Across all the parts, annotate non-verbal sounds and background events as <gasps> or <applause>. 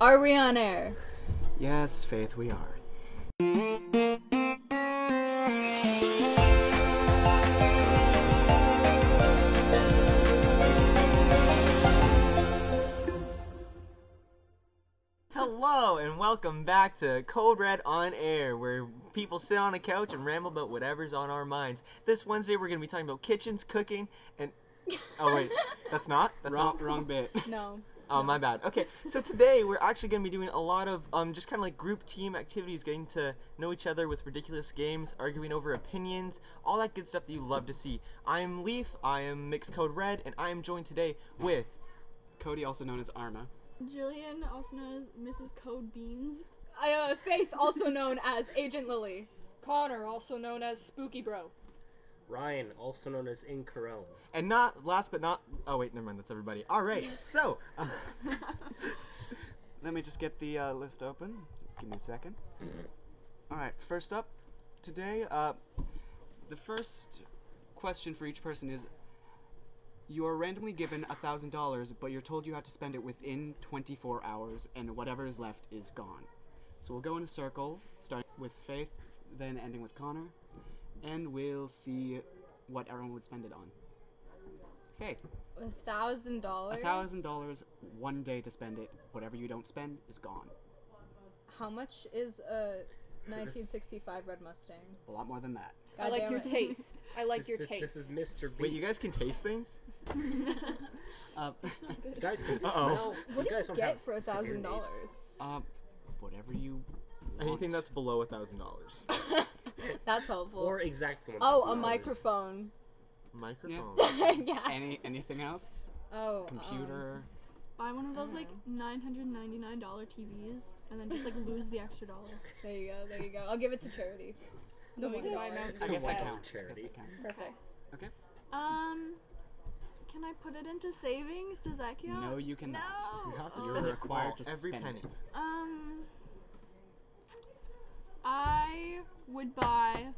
Are we on air? Yes, Faith, we are. Hello and welcome back to Cold Red on Air, where people sit on a couch and ramble about whatever's on our minds. This Wednesday, we're going to be talking about kitchens, cooking, and oh wait, that's not that's wrong, not wrong bit. No. Oh, my bad. Okay, so today we're actually going to be doing a lot of um, just kind of like group team activities, getting to know each other with ridiculous games, arguing over opinions, all that good stuff that you love to see. I am Leaf, I am Mixed Code Red, and I am joined today with. Cody, also known as Arma. Jillian, also known as Mrs. Code Beans. Uh, Faith, also known as Agent Lily. Connor, also known as Spooky Bro. Ryan, also known as Incorone. And not last but not. Oh, wait, never mind, that's everybody. All right, so. Uh, <laughs> Let me just get the uh, list open. Give me a second. All right, first up today, uh, the first question for each person is you are randomly given a $1,000, but you're told you have to spend it within 24 hours, and whatever is left is gone. So we'll go in a circle, starting with Faith, then ending with Connor, and we'll see what everyone would spend it on. Faith. A thousand dollars. A thousand dollars, one day to spend it. Whatever you don't spend is gone. How much is a 1965 Red Mustang? A lot more than that. God I like damn your it. taste. I like This- your this, taste. This is Mr. Beast. wait, you guys can taste things? Uh, <laughs> You guys <laughs> can Uh-oh. smell. What you do guys you don't get have for a severe thousand taste. dollars? uh, whatever you. Want. Anything that's below a thousand dollars. <laughs> That's helpful. Or exactly. one oh, thousand a dollars. microphone. <laughs> Microphone. yeah. Any anything else? Uh-uh. Oh. um, Computer. Buy one of those like nine hundred ninety nine dollar TVs and then just like lose the extra dollar. there you go. There you go. I'll give it to charity. The we can buy $1. Mountain I guess that Wow. counts. I guess Charity. that counts. <laughs> Perfect. Okay. Um, can I put it into savings? Does that count? No, you cannot. No. You have to Uh, You're spend it required all, to every spend penny. it. Um, I would buy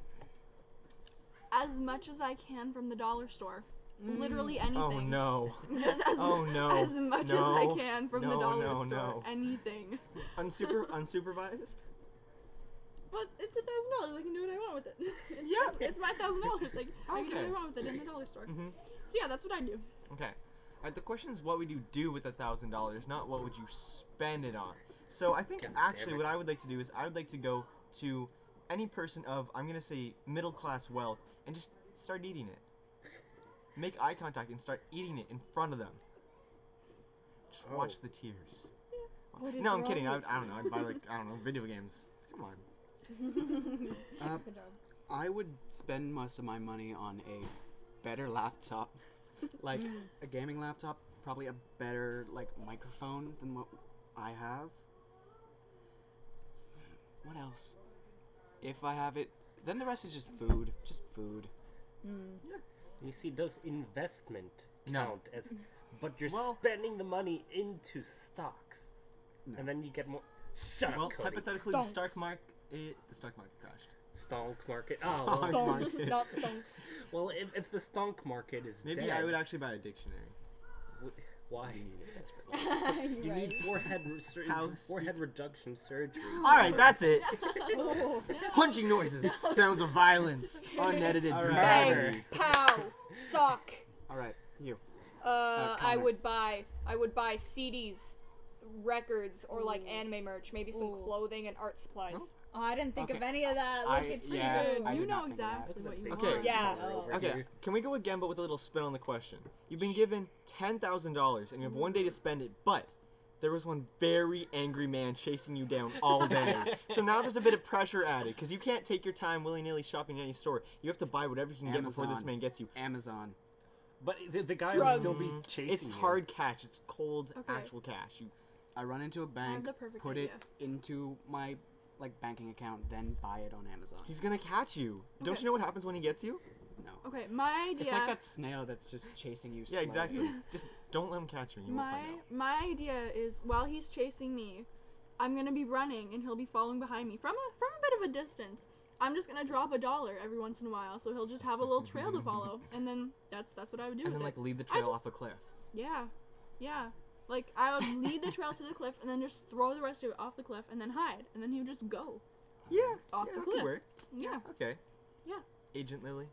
as much as I can from the dollar store. Literally anything. Oh no. <laughs> Just as, Oh, no. <laughs> As much as No. I can from the No, dollar no, store. no. Anything. Unsuper unsupervised? Well, it's a thousand dollars. I can do what I want with it. <laughs> It's, Yeah. it's, it's my thousand dollars. Like I can do what Okay. I want with it in the dollar store. Mhm. So yeah, that's what I do. Okay. Alright, the question is what would you do with a thousand dollars, not what would you spend it on. So I think God damn actually it. what I would like to do is I would like to go to any person of I'm gonna say middle class wealth and just start eating it. Make eye contact and start eating it in front of them. Just watch Oh. the tears. What is No, I'm wrong kidding. I, with would, I don't know. I'd buy like I don't know video games. Come on. <laughs> Uh, Good job. I would spend most of my money on a better laptop, <laughs> like a gaming laptop, probably a better like microphone than what I have. What else? If I have it, then the rest is just food, just food. You see, does investment No. count as? But you're Well- spending the money into stocks, and then you get more. Shut Well, up, Cody. hypothetically, the stock market, the stock market crashed. stonk market. Oh, well, Stonk. Stonks, not stonks. well, if, if the stonk market is Maybe dead, I would actually buy a dictionary. w- why? You need it desperately. You need forehead re- sur- How forehead reduction surgery. All right, that's it. Oh. Punching noises, sounds of violence, unedited All right. brutality. Bang, pow, sock. All right, you. Uh, I Connor. would buy. I would buy CDs, records, or like anime merch. Maybe some Ooh. clothing and art supplies. Oh, I didn't think of Okay. any of that. Look I- at you. yeah, Dude, I you did not know think of that. exactly what you Okay. want. Yeah. Over Okay, here. can we go again, but with a little spin on the question? You've been given ten thousand dollars, and you have one day to spend it, but there was one very angry man chasing you down all day. so now there's a bit of pressure added because you can't take your time willy-nilly shopping in any store. You have to buy whatever you can get before this Amazon. man gets you. Amazon. But the, the guy Drugs. will still be Mm, chasing. It's you. <laughs> hard cash. It's cold Okay. actual cash. You I run into a bank, the perfect put idea. it into my like banking account, then buy it on Amazon. He's gonna catch you. Don't Okay. you know what happens when he gets you? no. Okay, my idea. It's like that snail that's just chasing you. Yeah, slowly. exactly. Just don't let him catch you. and you won't My find out. my idea is while he's chasing me, I'm gonna be running and he'll be following behind me from a from a bit of a distance. I'm just gonna drop a dollar every once in a while, so he'll just have a little trail to follow, and then that's that's what I would do. And with then like it. lead the I trail just- off a cliff. yeah, yeah, Like I would lead the trail to the cliff and then just throw the rest of it off the cliff and then hide, and then he would just go. Yeah. Off yeah, the that could cliff. work. Yeah. Okay. Yeah. Agent Lily,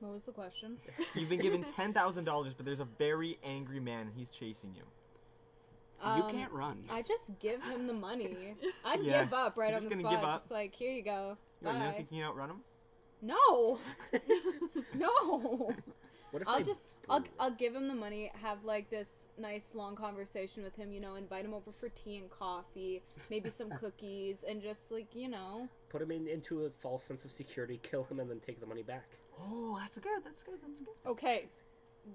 What was the <laughs> question? you've been <laughs> given ten thousand dollars, but there's a very angry man and he's chasing you. <laughs> you Um, can't run. I just give him the <laughs> money. I'd Yeah. give up right You're on just the gonna give spot. up? Just like, here you go. You know, you don't Bye. think you can outrun him? No, <laughs> no. What if I'll I just I'll, I'll give him the money, have like this nice long conversation with him, you know, invite him over for tea and coffee, maybe <laughs> some cookies, and just like, you know. put him in, into a false sense of security, kill him, and then take the money back? Oh, that's good. That's good. That's good. Okay,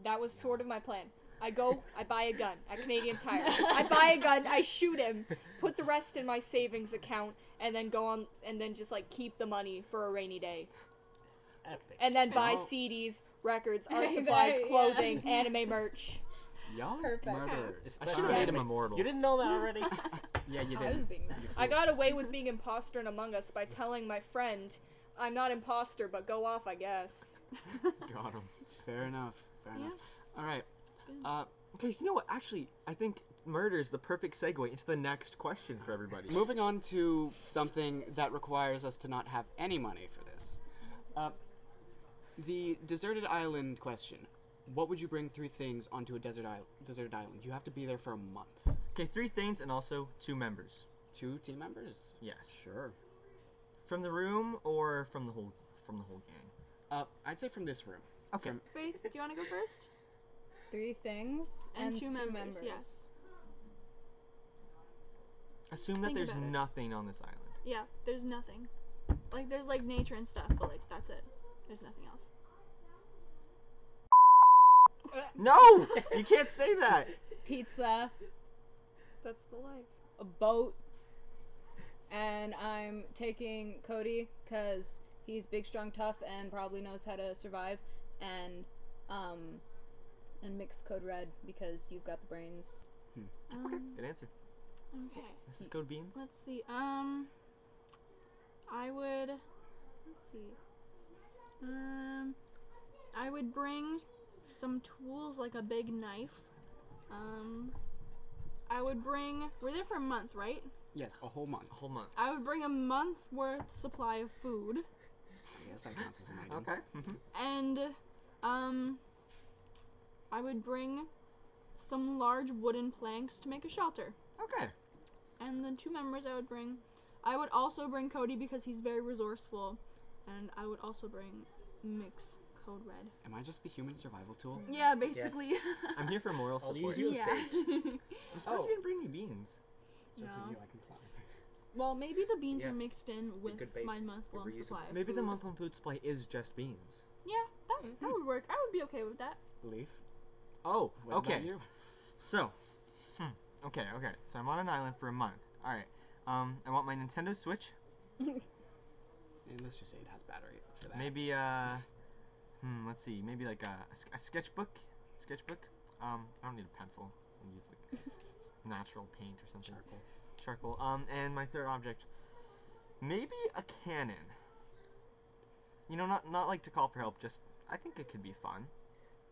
that was sort of my plan. I go, I buy a gun at Canadian Tire. I buy a gun, I shoot him, put the rest in my savings account, and then go on and then just like keep the money for a rainy day. Epic. And then buy Oh. CDs, <laughs> records, art That- supplies, yeah. clothing, anime merch. Y'all are Perfect. murderers. I should Especially have made him anime. immortal. You didn't know that already? yeah, you did. I was being nice. I got away with being imposter in Among Us by telling my friend, I'm not imposter, but go off, I guess. Got him. Fair enough. Fair Yeah. enough. All right. good. Uh, Okay, so you know what? Actually, I think murder is the perfect segue into the next question for <laughs> everybody. moving on to something that requires us to not have any money for this. Uh, the deserted island question. What would you bring three things onto a desert island? Deserted island. You have to be there for a month. Okay, three things and also two members. Two team members. Yes. Sure. From the room or from the whole from the whole gang. Uh, I'd say from this room. Okay. From- Faith, do you want to go <laughs> first? Three things and, two, members. Yes. Assume that Think there's about it. nothing on this island. Yeah. There's nothing. Like there's like nature and stuff, but like that's it. There's nothing else. No, you can't say that. Pizza, That's the life. a boat, and I'm taking Cody because he's big, strong, tough, and probably knows how to survive, and um, and mix Code Red because you've got the brains. Um, Good answer. okay. This is Code Beans. Let's see. Um, I would. Let's see. Um, I would bring some tools like a big knife. Um, I would bring. We're there for a month, right? yes, a whole month. A whole month. I would bring a month's worth supply of food I guess that counts as an item. Okay. hmm and, um, I would bring some large wooden planks to make a shelter. Okay. and the two members I would bring. I would also bring Cody because he's very resourceful, and I would also bring Mix Code Red. Am I just the human survival tool? <laughs> Yeah, basically. I'm here for moral I'll support. use you. I'm Feels yeah. <laughs> surprised Oh. you didn't bring any beans. So it's up to No. you, I can plan. Well, maybe the beans Yeah. are mixed in with could bake my month-long reusable- supply. Of Maybe the Hmm. food. month-long food supply is just beans. Yeah, that, that would work. I would be okay with that. Leaf. Oh, What about okay. you? So, hmm. okay, okay. So I'm on an island for a month. All right. Um, I want my Nintendo Switch. And let's just say it has battery for that. Maybe uh, hmm. Let's see. Maybe like a, a sk- a sketchbook. Sketchbook. Um, I don't need a pencil. I can use like natural paint or something. Charcoal. Charcoal. Um, and my third object, maybe a cannon. You know, not not like to call for help. Just I think it could be fun.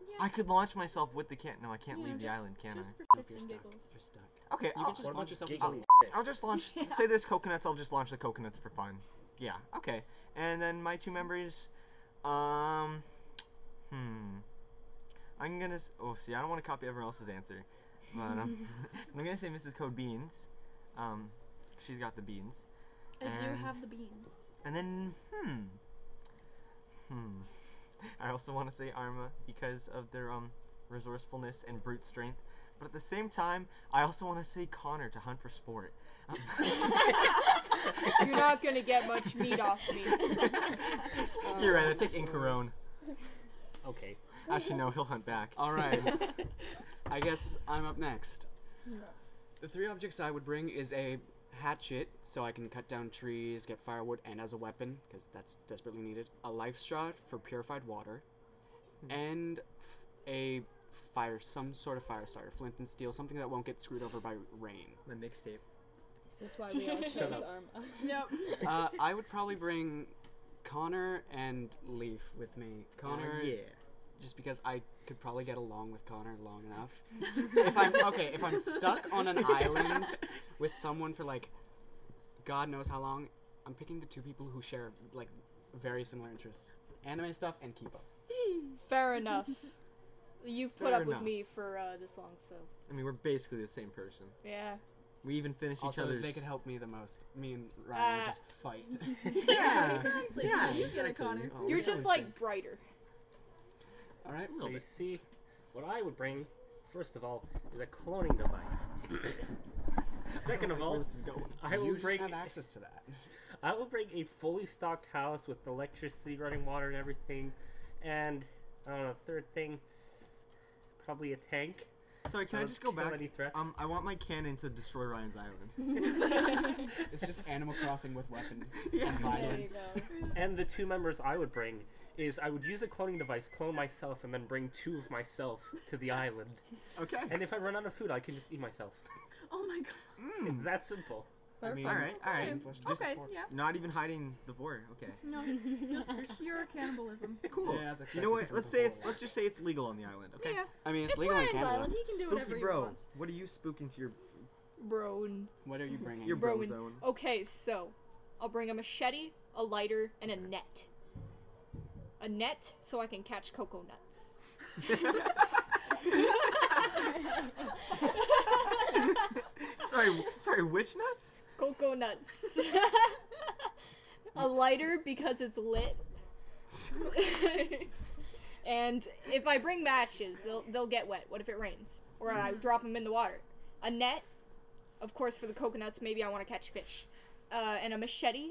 Yeah. I could launch myself with the cannon. No, I can't you know, leave the just- island, can Just I? for shits You're and stuck. giggles. You're stuck. Okay, You I'll, could just Oh, What about launch just yourself giggling? into I'll just launch. Say there's coconuts. I'll just launch the coconuts for fun. Yeah. Okay. And then my two members, um, hmm. I'm gonna. s- Oh, see, I don't want to copy everyone else's answer, but um, <laughs> I'm gonna say Mrs. Code Beans. Um, she's got the beans. I do And- have the beans. And then, hmm, hmm. I also want to say Arma because of their um resourcefulness and brute strength. But at the same time, I also want to say Connor to hunt for sport. You're not gonna get much meat off me. <laughs> <laughs> You're right. I think Incarone. Okay. Actually, no. He'll hunt back. All right. <laughs> I guess I'm up next. The three objects I would bring is a hatchet, so I can cut down trees, get firewood, and as a weapon, because that's desperately needed. A life straw for purified water, Hmm. and f- a fire, some sort of fire starter, flint and steel, something that won't get screwed over by rain. My mixtape. This is why we <laughs> all chose up. Arma. Yep. Uh, Oh, I would probably bring Connor and Leaf with me. Connor just because I could probably get along with Connor long enough. if I'm okay, if I'm stuck on an island with someone for like God knows how long, I'm picking the two people who share like very similar interests. Anime stuff and keep up. Fair enough. You've put Fair up enough. with me for uh, this long, so I mean, we're basically the same person. yeah. We even finish each Also, other's. they could <laughs> help me the most. Me and Ryan would Ah. just fight. Yeah, exactly. yeah, you get it, exactly. Connor. Oh, You're yeah, just we like should. <laughs> brighter. All right. Little So you bit. see, what I would bring, first of all, is a cloning device. <coughs> Second of all, Where this is <laughs> going. I will you just bring have access to that. I will bring a fully stocked house with electricity, running water, and everything. And I don't know. Third thing, probably a tank. Sorry, can I Don't just go kill back? any threats. Um, I want my cannon to destroy Ryan's island. It's just Animal Crossing with weapons Yeah. and There you violence. go. And the two members I would bring is I would use a cloning device, clone myself, and then bring two of myself to the island. Okay. And if I run out of food, I can just eat myself. Oh my god. Hmm. It's that simple. I mean, all right, all Okay. Mm-hmm. right. Just okay. Yeah. not even hiding the board. Okay. No. Just <laughs> pure cannibalism. Cool. Yeah, that's you know what? acceptable Let's say for it's all. let's just say it's legal on the island. Okay. Yeah. I mean, it's, It's legal in Ryan's Canada. island. He can do whatever Spooky he bro, wants. what are you spooking to your Broan. What are you bringing? your bro <laughs> Rowan. zone? <laughs> Okay, so I'll bring a machete, a lighter, and a net. A net so I can catch cocoa <laughs> nuts. <laughs> sorry, w- sorry, witch nuts? Cocoa nuts. <laughs> a lighter because it's lit. and if I bring matches, they'll they'll get wet. What if it rains? Or I drop them in the water. A net, of course, for the coconuts. Maybe I want to catch fish. Uh, and a machete,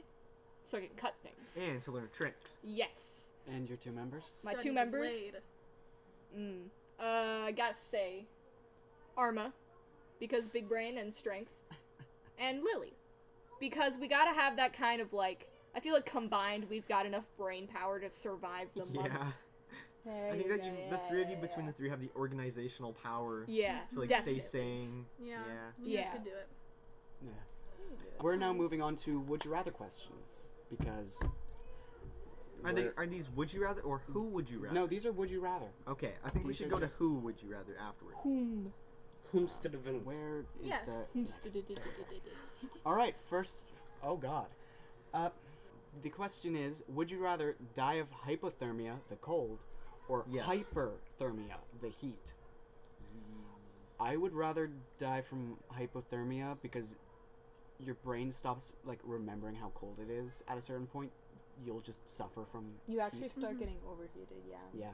so I can cut things. Mm. And to learn tricks. Yes. And your two members? My Study two the members. blade. Mm. Uh, I gotta say, Arma, because big brain <laughs> and strength, and Lily, because we gotta have that kind of like. I feel like combined, we've got enough brain power to survive the Yeah. month. I think that you, the three of you between the three have the organizational power Yeah, to like definitely. stay sane. Yeah. Yeah. You Yeah. guys could do it. Yeah. <laughs> We're now moving on to would you rather questions because Are they we're- are these would you rather or who would you rather? No, these are would you rather. Okay, I think we These should are go to just- who would you rather afterwards. Whom? Whomstead of Vint. Where is Yes. <laughs> the All right, first Oh god. Uh the question is would you rather die of hypothermia, the cold, or Yes. hyperthermia, the heat? I would rather die from hypothermia because your brain stops like remembering how cold it is at a certain point. You'll just suffer from You actually heat. start getting overheated, yeah. yeah.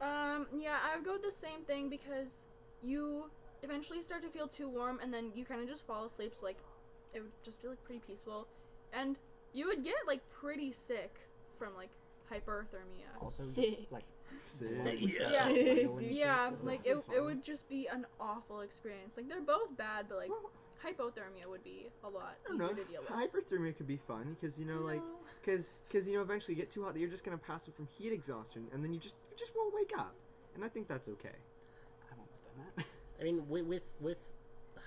Yeah. Um, yeah, I would go with the same thing because you eventually start to feel too warm and then you kind of just fall asleep, so like it would just be like pretty peaceful. And you would get like pretty sick from like hyperthermia. Also, Sick. like Sick. Yeah. <laughs> Yeah, Ugh. like it, it would just be an awful experience. Like they're both bad, but like hypothermia would be a lot I don't easier know. to deal with. Hyperthermia could be fun because you know, like, No. because because you know, eventually you get too hot that you're just gonna pass out from heat exhaustion, and then you just you just won't wake up, and I think that's okay. I've almost done that. <laughs> I mean, with with, with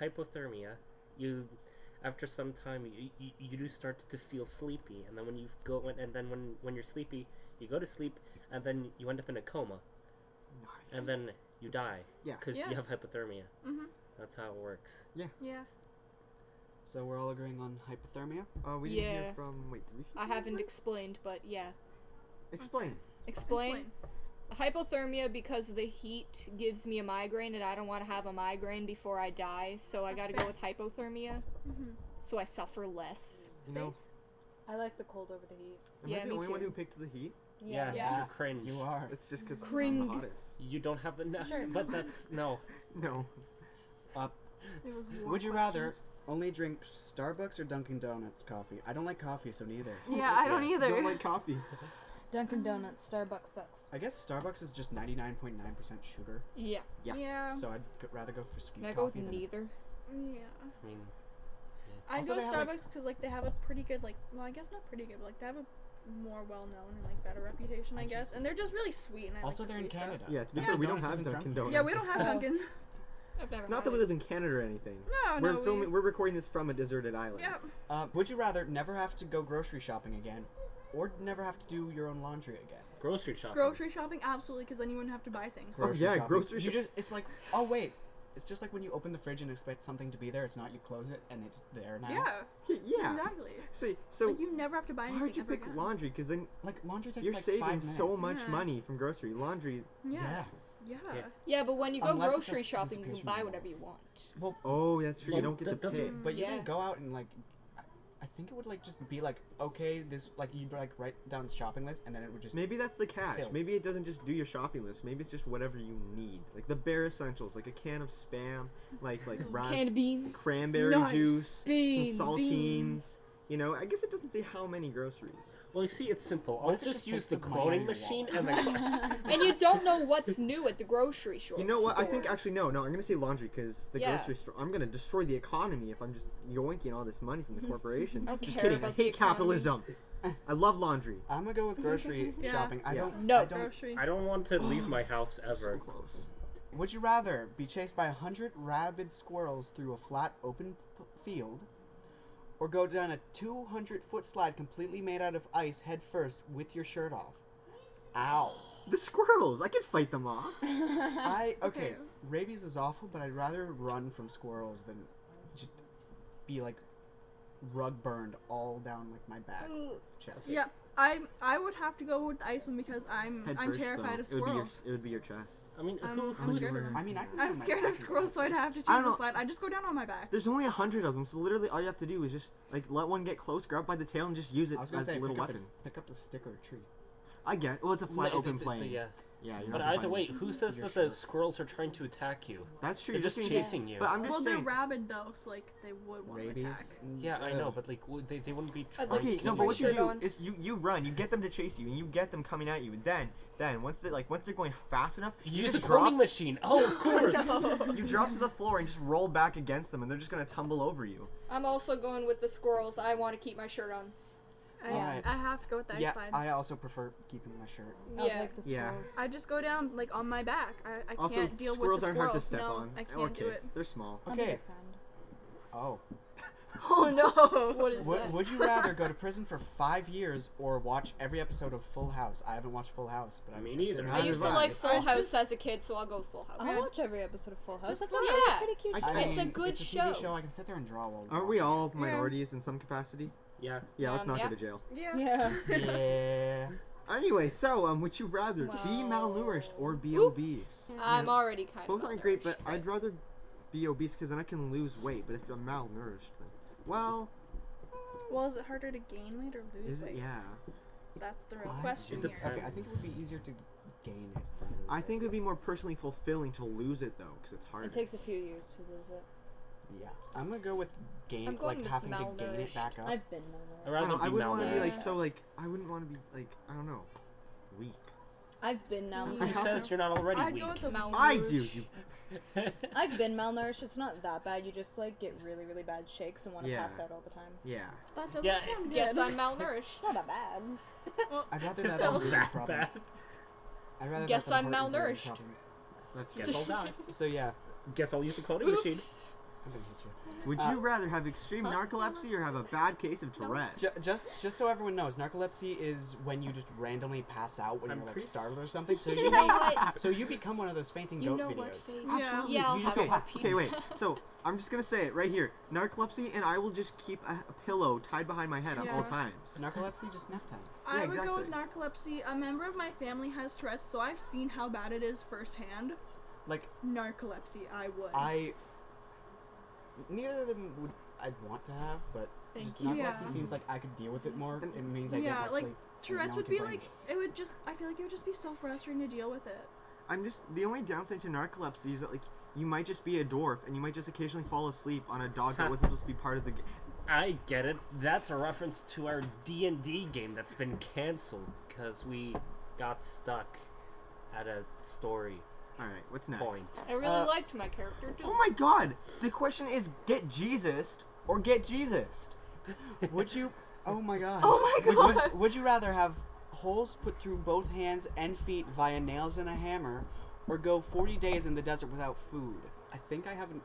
hypothermia, you after some time you, you, you do start to feel sleepy, and then when you go and then when when you're sleepy, you go to sleep, and then you end up in a coma, Nice. and then you die. Yeah. Because Yeah. you have hypothermia. Mhm. That's how it works. Yeah. So we're all agreeing on hypothermia. uh, we didn't hear Yeah. from. Wait, did we? hear I from haven't anybody? explained, but yeah. Explain. Explain. Hypothermia because the heat gives me a migraine and I don't want to have a migraine before I die, so I gotta go with hypothermia Mhm. so I suffer less. You know, I like the cold over the heat. am Yeah, I the me only one too. who picked the heat? Yeah, 'cause Yeah. you're cringe. You, are. It's just because I'm the Cring. hottest. don't have the. No, Sure. <laughs> But that's. No. No. It was warm Would you questions. rather only drink Starbucks or Dunkin' Donuts coffee? I don't like coffee, so neither. Yeah, I don't either. Don't like coffee. <laughs> Dunkin' Donuts, Starbucks sucks. I guess Starbucks is just ninety nine point nine percent sugar, Yeah. Yeah. yeah. so I'd g- rather go for sweet Can I go with coffee than neither? Yeah. I mean, I Also, go they Starbucks have, like- because like, they have a pretty good like well I guess not pretty good but, like they have a more well known and like better reputation I, I guess just- and they're just really sweet and I Also, like the they're in sweet stuff. Canada. Yeah. To be Yeah, fair, we don't Donuts have isn't from- Dunkin' Donuts. Yeah, we don't have Oh. Dunkin'. <laughs> I've never Not that we live in Canada or anything. No, we're no. we- filming. We're recording this from a deserted island. Yeah. Uh, would you rather never have to go grocery shopping again, or never have to do your own laundry again? Grocery shopping. Grocery shopping, absolutely, because then you wouldn't have to buy things. Oh, yeah, grocery You shop- just, it's like, oh wait, it's just like when you open the fridge and expect something to be there. It's not. You close it and it's there now. Yeah, Yeah, yeah. exactly. See, so like you never have to buy why anything would you ever pick again. laundry? Because then Like laundry takes you're like five saving minutes. so much Yeah. money from grocery. Laundry. Yeah, Yeah. yeah. Yeah. Yeah, but when you go Unless it grocery just shopping, you disappears can from buy your whatever you want. Well, Oh, that's true. Well, you don't get that to pick. doesn't- but you Yeah. can go out and like, I- I think it would like just be like, okay, this like you'd like write down its shopping list and then it <laughs> would just. Maybe that's the catch. Filled. Maybe it doesn't just do your shopping list. Maybe it's just whatever you need, like the bare essentials, like a can of spam, like <laughs> like Canned ras- beans. cranberry Nice. juice, Beans. some saltines. Beans. You know, I guess it doesn't say how many groceries. Well, you see, it's simple. What I'll if it just, just use takes the the money out cloning of your machine wallet? and <laughs> then. And you don't know what's new at the grocery store. You know what? I think store. actually no, no. I'm gonna say laundry because the Yeah. grocery store. I'm gonna destroy the economy if I'm just yoinking all this money from the corporations. I don't just care kidding. I about the hate economy. capitalism. I love laundry. I'm gonna go with grocery <laughs> Yeah. shopping. I Yeah. don't. No. I don't. Grocery. I don't want to leave my house So ever. close. Would you rather be chased by a hundred rabid squirrels through a flat open p- field, or go down a two hundred foot slide completely made out of ice head first with your shirt off? Ow! The squirrels. I can fight them off. <laughs> I okay. <laughs> Okay. Rabies is awful, but I'd rather run from squirrels than just be like rug burned all down like my back, Ooh. chest. Yeah, I I would have to go with the ice one because I'm Head Mm, I'm first, terrified though. of squirrels. It would be your, it would be your chest. I mean, I'm- who, I'm who's. scared of- Whoa. I mean, I <laughs> can I'm go my scared back of is squirrels, so I'd awful. have to choose I don't a know. slide. I just go down on my back. There's only a hundred of them, so literally all you have to do is just like let one get close, grab by the tail, and just use it I was as gonna say a little pick up weapon. A, pick up the stick or a tree. I get. Well, it's a flat No, open it's- it's a- plane. yeah. yeah you're But not either defining- way, who says You're that the sure. squirrels are trying to attack you? that's true. They're you're just being chasing you. But I'm just well, they're saying. rabid though, so like they would want to attack. Rabies. and- Yeah, I uh, know, but like w- they, they wouldn't be trying I'd like to Oh. Okay, kill no, but you. what you shirt do on. is you you run, you get them to chase you, and you get them coming at you. And then then once they like once they're going fast enough, You you, use the just cloning drop machine. <laughs> Oh, of course. you drop to the floor and just roll back against them, and they're just gonna tumble over you. I'm also going with the squirrels. I want to keep my shirt on. I, Alright. I have to go with the ice Yeah, slide. I, I also prefer keeping my shirt. I Yeah. like the Yeah. squirrels. just go down like on my back. I, I Also, can't deal with squirrels the aren't squirrels. hard to step no, on. I can't okay, do it. they're small. I'm a big Okay. fan. Oh. <laughs> Oh no! What is Would, <laughs> that? would you rather go to prison for five years or watch every episode of Full House? I haven't watched Full House, but I Me mean, neither. I used to Survive. like Full I House just- as a kid, so I'll go with Full House. I watch every episode of Full House. Just That's Full not House. yeah. pretty cute. I- show. I It's a good it's a show. TV show. I can sit there and draw while. <laughs> Aren't we watching all minorities in some capacity? yeah. Yeah, let's Um, not yeah. go to jail. Yeah. Yeah. it. <laughs> Yeah. Anyway, so um, would you rather be Wow. malnourished or be Oop. obese? I'm already kind of. Both aren't great, but malnourished, I'd rather be obese because then I can lose weight. But if I'm malnourished, then well, <laughs> Well, is it harder to gain weight or lose is it? weight? Yeah, That's the real I question think- here. here. Okay, I think it would be easier to gain it. Than lose I think it would be more personally fulfilling to lose it though, because it's harder. It takes a few years to lose it. Yeah, I'm gonna go with I'm gain, going like with having to gain malnourished. it back up. I've been malnourished. I'd I, rather don't know, I be wouldn't want to be like malnourished. so like I wouldn't want to be like I don't know, weak. I've <laughs> been Who malnourished. have says you're not already I'd weak? <laughs> go with the Malnourished. I do. You, I've been malnourished. It's not that bad. You just like get really, really bad shakes and want to Yeah. pass out all the time. yeah. That doesn't Yeah, sound good. <laughs> Yes, I'm malnourished. It's not that bad. I'd rather <laughs> It's that not than lose that problems. bad. I'd rather Guess that than I'm hurt and really malnourished. problems. That's Guess true. I'll die. So yeah, Guess I'll use the cloning machine. Oops. I'm gonna hit you. Would Uh, you rather have extreme narcolepsy or have a bad case of Tourette? Ju- just just so everyone knows, narcolepsy is when you just randomly pass out when I'm you're like pretty- startled or something. So you You know make, <laughs> <laughs> what? so you become one of those fainting You goat know what? videos. Faith? Absolutely. Yeah, I'll you just have a okay, hot okay, <laughs> wait. pizza. So I'm just gonna say it right here: narcolepsy, and I will just keep a, a pillow tied behind my head at all Yeah. times. Narcolepsy just nap time. I Yeah, would go with exactly. narcolepsy. A member of my family has Tourette's, so I've seen how bad it is firsthand. Like Narcolepsy, I would. I, neither of them would I'd want to have, but Thank just you. narcolepsy Yeah. seems like I could deal with it more. It means I Yeah, get more like, sleep. and Tourette's no one would can be blame like me. it would just. I feel like it would just be so frustrating to deal with it. I'm just the only downside to narcolepsy is that like you might just be a dwarf and you might just occasionally fall asleep on a dog <laughs> that wasn't supposed to be part of the game. I get it. That's a reference to our D and D game that's been canceled because we got stuck at a story All right, what's next? point. I really Uh, liked my character too. Oh my God! The question is, get Jesus or get Jesus. <laughs> Would you? Oh my god. <laughs> Oh my Would God. you, would you rather have holes put through both hands and feet via nails and a hammer, or go 40 days in the desert without food? I think I haven't.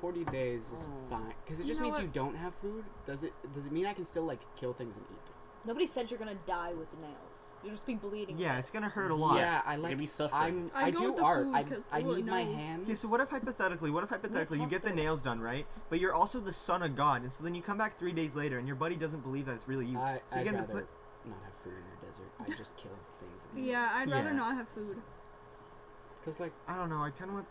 40 days is fine because it Oh. You just know means what? you don't have food. Does it? Does it mean I can still like kill things and eat them? Nobody said you're gonna die with the nails. You'll just be bleeding. Yeah, it's gonna hurt a lot. Yeah, I like. Maybe suffering. I'm, I I, go do with the art. food, I, 'cause I look, need my no. hands. Okay, so what if hypothetically, what if hypothetically you get the hospitals. nails done, right? But you're also the son of God, and so then you come back three days later, and your buddy doesn't believe that it's really you. I, so I'd you're gonna rather not have food in the desert. I just kill things. and eat Yeah, I'd rather Yeah. not have food. Cause like, I don't know. I kind of want.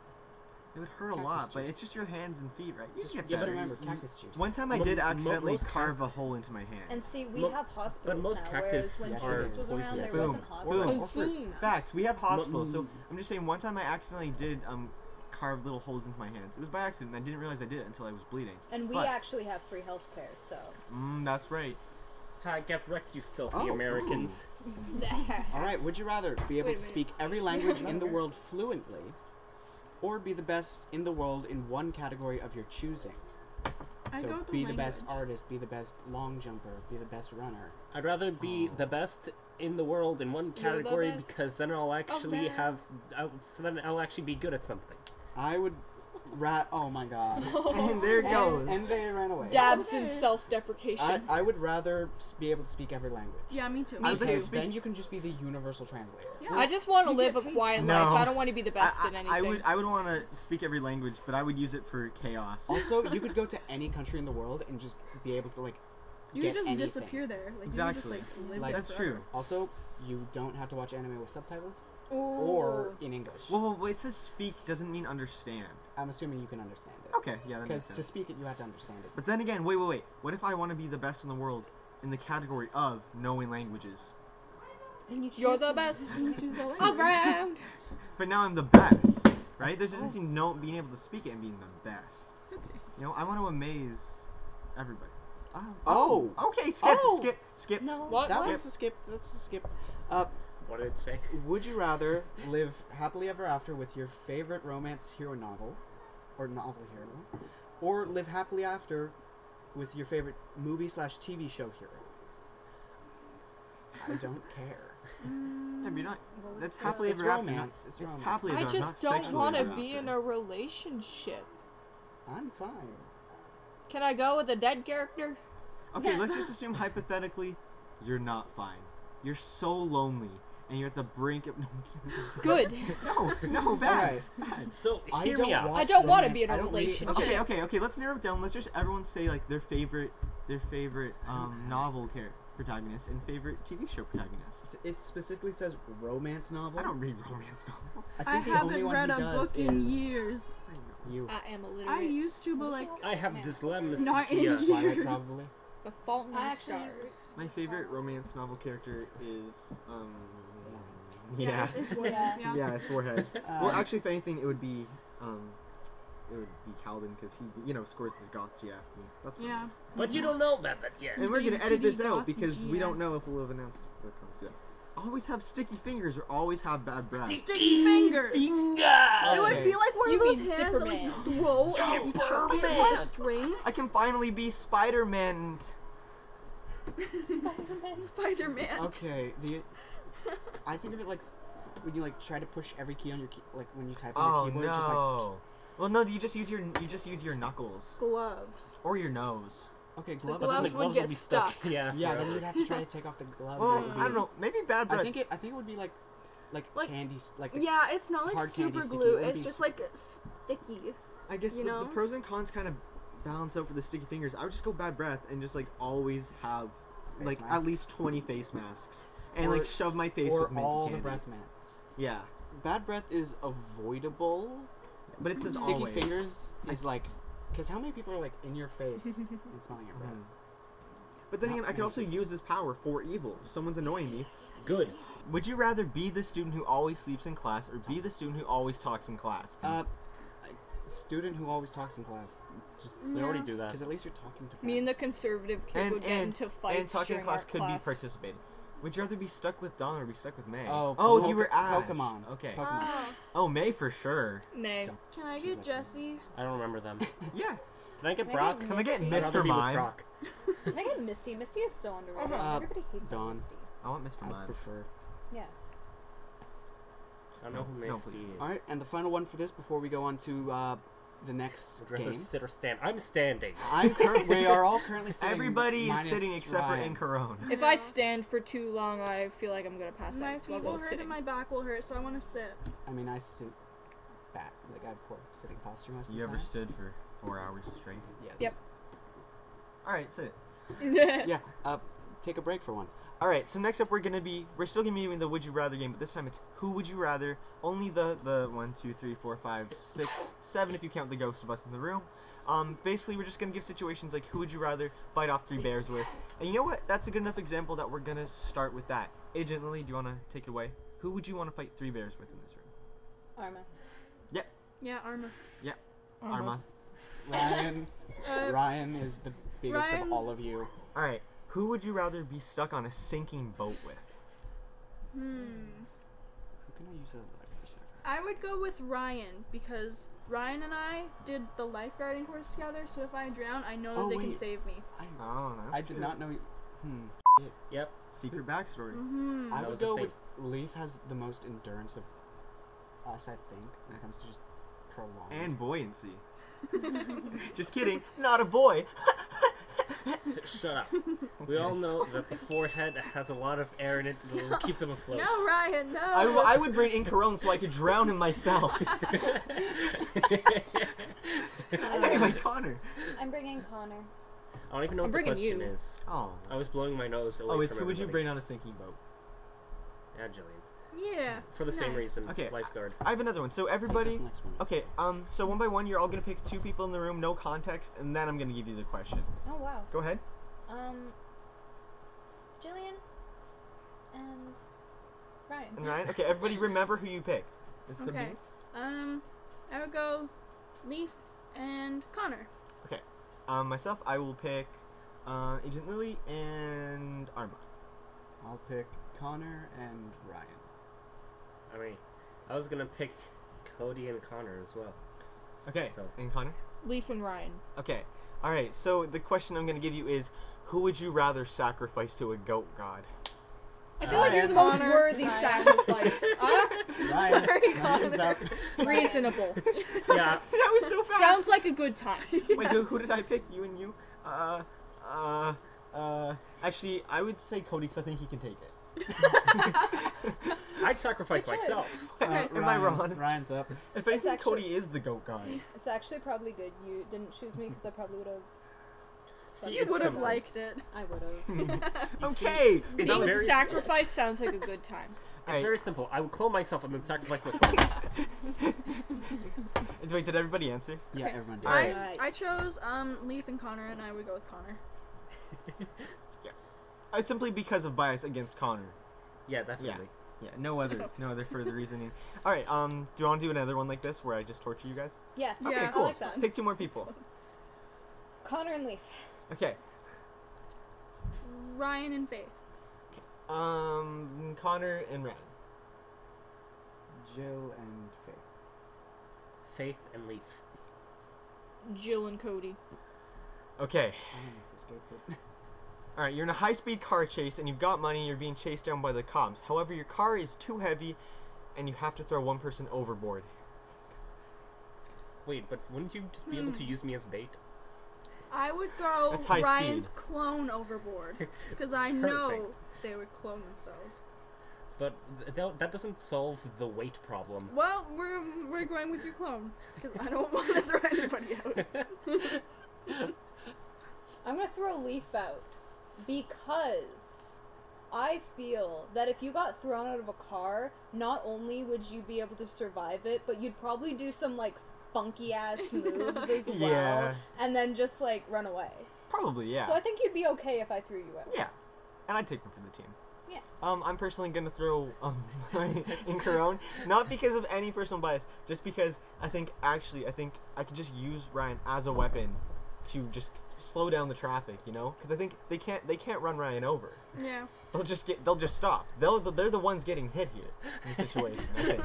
It would hurt a Cactus lot, but juice. it's just your hands and feet, right? You just, can get just better. remember You- cactus juice. One time I Mo- did mo- accidentally most cac- carve a hole into my hand. And see, we Mo- have hospitals most now, whereas when cactus Jesus are was around, there poisonous. Boom. wasn't Boom. hospitals. Boom. Facts. We have hospitals, so mm. I'm just saying. One time I accidentally did um carve little holes into my hands. It was by accident. and I didn't realize I did it until I was bleeding. And we But- actually have free healthcare, so. Mm, that's right. Ha, get wrecked, you filthy Oh, Americans. <laughs> All right. Would you rather be able Wait to a minute. speak every language in the world fluently, or be the best in the world in one category of your choosing? I'd so go with the be the best language. artist, be the best long jumper, be the best runner. I'd rather be the best in the world in one the category best because then I'll actually them. have. I'll, so then I'll actually be good at something. I would rat. Oh my <laughs> god. And there it goes. and, and they ran away. Dabs in Okay. self-deprecation. I, I would rather s- be able to speak every language. Yeah, me too. I Me would Because like too. to speak- then you can just be the universal translator. Yeah. I just want to You live a get paid. quiet No. life. I don't want to be the best I, at I- anything. I would I would want to speak every language, but I would use it for chaos. Also, you could go to any country in the world and just be able to like You get could just anything. disappear there. Like Exactly. you could just like live Like- there That's forever. true. Also, you don't have to watch anime with subtitles Ooh. Oh. or in English. Well, well, well, it says speak doesn't mean understand. I'm assuming you can understand it. Okay, yeah, that makes Because sense. to speak it, you have to understand it. But then again, wait, wait, wait. What if I want to be the best in the world in the category of knowing languages? And you You're the best You choose the language. around. But now I'm the best, right? There's a difference between know, being able to speak it and being the best. Okay. You know, I want to amaze everybody. Oh. Oh. Okay, skip, Oh. skip, skip. No. What? That What? one's a skip. That's a skip. Uh, What did it say? would you rather live happily ever after with your favorite romance hero novel, or novel hero, or live happily after with your favorite movie slash TV show hero? I don't care. Yeah, but you're not. What was That's the- happily it's ever after. It's, romance, it's it's romance. happily I ever, just not don't want to be in a relationship. I'm fine. Can I go with a dead character? Okay, Yeah. let's just assume hypothetically, you're not fine. You're so lonely, and you're at the brink of. <laughs> Good. no, no, bad. So I hear don't me out. want I don't wanna roman- be in a I don't really- relationship. Okay, okay, okay. Let's narrow it down. Let's just everyone say like their favorite, their favorite um, novel character protagonist and favorite TV show protagonist. It specifically says romance novel. I don't read romance novels. I think the only haven't one read who a book does in is years. <laughs> You. I am illiterate. I used to, but like I have Man. dyslexia. Not in you. Twilight, probably. The Fault in I Our actually Stars. My favorite romance novel character is um. yeah, Yeah, Uh, <laughs> <laughs> it's worth it, Yeah. <laughs> yeah. yeah, it's Warhead. Um, Well, actually, if anything, it would be um, it would be Calvin because he, you know, scores the Goth GF. And that's what it Yeah. is. But you don't know about that yet. And we're gonna Maybe edit TD this out Goth because we GF. don't know if we'll have announced what comes in. Always have sticky fingers or always have bad breath. Sticky fingers. Finger! It would Okay. be like one You of mean those hands that like Superman. grow and it has a <laughs> string. I can finally be Spider-Man. Spider Man. Okay. The. I think of it like when you like try to push every key on your key, like when you type on Oh your keyboard, just like. no. Well, no, you just use your you just use your knuckles Gloves. or your nose. Okay, But gloves. then gloves the would gloves get will be stuck. stuck. Yeah, Yeah, then forever. you'd have to try to take off the gloves. Well, and it I would be- don't know. Maybe bad breath. I think it. I think it would be like, like, Like- candy, s- like the- Yeah, it's not like Hard candy super sticky, glue. it would It's be just s- like sticky. I guess you the, the know? pros and cons kind of balance out for the sticky fingers. I would just go bad breath and just like always have Face like at mask. least twenty face masks and Or- like shove my face or with minty all candy. the breath mints. Yeah, Bad breath is avoidable. but it says Sticky always. fingers is like, because how many people are like in your face and smelling your breath? Mhm. But then Not again, I could also use this power for evil. If someone's annoying me, Good. would you rather be the student who always sleeps in class or be the student who always talks in class? Uh, a student who always talks in class. <laughs> It's just They already Yeah. do that. because at least you're talking to. Friends. Me and the conservative kid and would get and, into fights and talking during in class art could class. be participated. Would you rather be stuck with Don or be stuck with May? Oh, oh, Poke- you were Ash. Pokemon. Okay. Hmm. Pokemon. Oh, May for sure. Nay. Dumb. Can I Too get much. Jesse? I don't remember them. Can Yeah. I get Brock? Can I get Misty? I'd rather Mr. be with Mime? Brock. <laughs> Can I get Misty? Misty is so underrated. Uh, Everybody hates Dawn. Misty. I want Mr. I Mime. prefer. Yeah. I don't know who No, Misty please. is. All right, and the final one for this before we go on to uh, the next Would you rather game. sit or stand? I'm standing. I'm cur- <laughs> we are all currently sitting. Everybody is minus sitting except for Ryan. Incarone. <laughs> If I stand for too long, I feel like I'm gonna pass My out. So feet I'll will go hurt sitting. <laughs> and my back will hurt, so I want to sit. I mean, I sit back, like I have poor sitting posture most of You the ever time. stood for four hours straight? yes. Yep. All right, sit. Yeah. Uh, take a break for once. All right, so next up we're gonna be we're still gonna be doing the Would You Rather game, but this time it's Who Would You Rather? Only the the one, two, three, four, five, six, seven if you count the ghost of us in the room. Um, basically, we're just gonna give situations like Who Would You Rather fight off three bears with, and you know what? That's a good enough example that we're gonna start with that. Agent Lily, do you wanna take it away? Who would you wanna fight three bears with in this room? Arma. Yeah, armor. Arma. Ryan. Uh, Ryan is the biggest of all of Ryan's- you. All right, who would you rather be stuck on a sinking boat with? hmm. Who can I use as a life preserver? I would go with Ryan because Ryan and I did the lifeguarding course together. So if I drown, I know that Oh, they can wait. save me. I, Oh, that's I did true. not know. You, hmm. Yep. <laughs> Secret backstory. Hmm. I That would was a go thing. with Leaf has the most endurance of us, I think, when it comes to just prolonged. and buoyancy. Just kidding, not a boy. <laughs> Shut up. We all know that the forehead has a lot of air in it that will keep them afloat. <laughs> No, Ryan, no. I, w- I would bring in Corone so I could drown him myself. <laughs> anyway, Connor. I'm bringing Connor. I don't even know I'm what the bringing question you. is. Oh. I was blowing my nose away Oh, it's from who would you everybody. bring on a sinking boat? Yeah, Jillian. yeah. For the same nice. reason. Okay. Lifeguard. I have another one. So I think everybody. that's the next one. Okay, um, so one by one, you're all gonna pick two people in the room, no context, and then I'm gonna give you the question. Oh wow. Go ahead. Um, Jillian and Ryan. And Ryan. Okay, everybody remember who you picked. This is Okay. convenience. Um, I would go Leaf and Connor. Um, myself, I will pick uh, Agent Lily and Arma. I'll pick Connor and Ryan. <laughs> I mean, I was gonna pick Cody and Connor as well. Okay. So- And Connor. Leaf and Ryan. Okay. All right. So the question I'm going to give you is who would you rather sacrifice to a goat god? <laughs> I feel like you're the most Connor. worthy Ryan. <laughs> sacrifice. huh? Ryan, Sorry, Ryan's Connor. up. Reasonable. Yeah. That was so fast. Sounds like a good time. <laughs> Wait, who, who did I pick? You and you? Uh, uh, uh. Actually, I would say Cody because I think he can take it. <laughs> I'd sacrifice myself. Uh, <laughs> Am I Ryan- wrong? Ryan's up. If anything, actually- Cody is the goat <laughs> god. It's actually probably good you didn't choose me because I probably would have. See, You it's would've simple. it. I would have. <laughs> You see, Okay. it's Being very, sacrificed sounds like a good time. it's Hey. very <laughs> simple. I would clone myself and then sacrifice <laughs> myself. <laughs> Wait, did everybody answer? Yeah, everyone did. Alright. Right. I chose um Leaf and Connor, and I would go with Connor. Uh, simply because of bias against Connor. yeah, definitely. Yeah. No other. No other further reasoning. All right. Um. Do you want to do another one like this where I just torture you guys? Yeah. Yeah. Okay. I Cool. like that. Pick two more people. Connor and Leaf. Okay. Ryan and Faith. Um, Connor and Ryan. Jill and Faith. Faith and Leaf. Jill and Cody. Okay. I almost escaped <laughs> it. All right. You're in a high-speed car chase, and you've got money. You're being chased down by the cops. However, your car is too heavy, and you have to throw one person overboard. Wait, but wouldn't you just be able Hmm. to use me as bait? I would throw That's high Ryan's speed. clone overboard because I know Perfect. they would clone themselves. But th- tho- that doesn't solve the weight problem. <laughs> Well, we're we're going with your clone because I don't <laughs> want to throw anybody <laughs> out. I'm gonna throw Leaf out because I feel that if you got thrown out of a car, not only would you be able to survive it, but you'd probably do some like funky ass <laughs> moves as well, Yeah. and then just like run away. Probably, yeah. So I think you'd be okay if I threw you out. yeah. And I'd take them for the team. Yeah. Um, I'm personally gonna throw um <laughs> in Corone, not because of any personal bias, just because I think actually I think I could just use Ryan as a weapon to just slow down the traffic, you know? Because I think they can't they can't run Ryan over. yeah. They'll just get. They'll just stop. They'll. They're the ones getting hit here in the situation. I <laughs> think.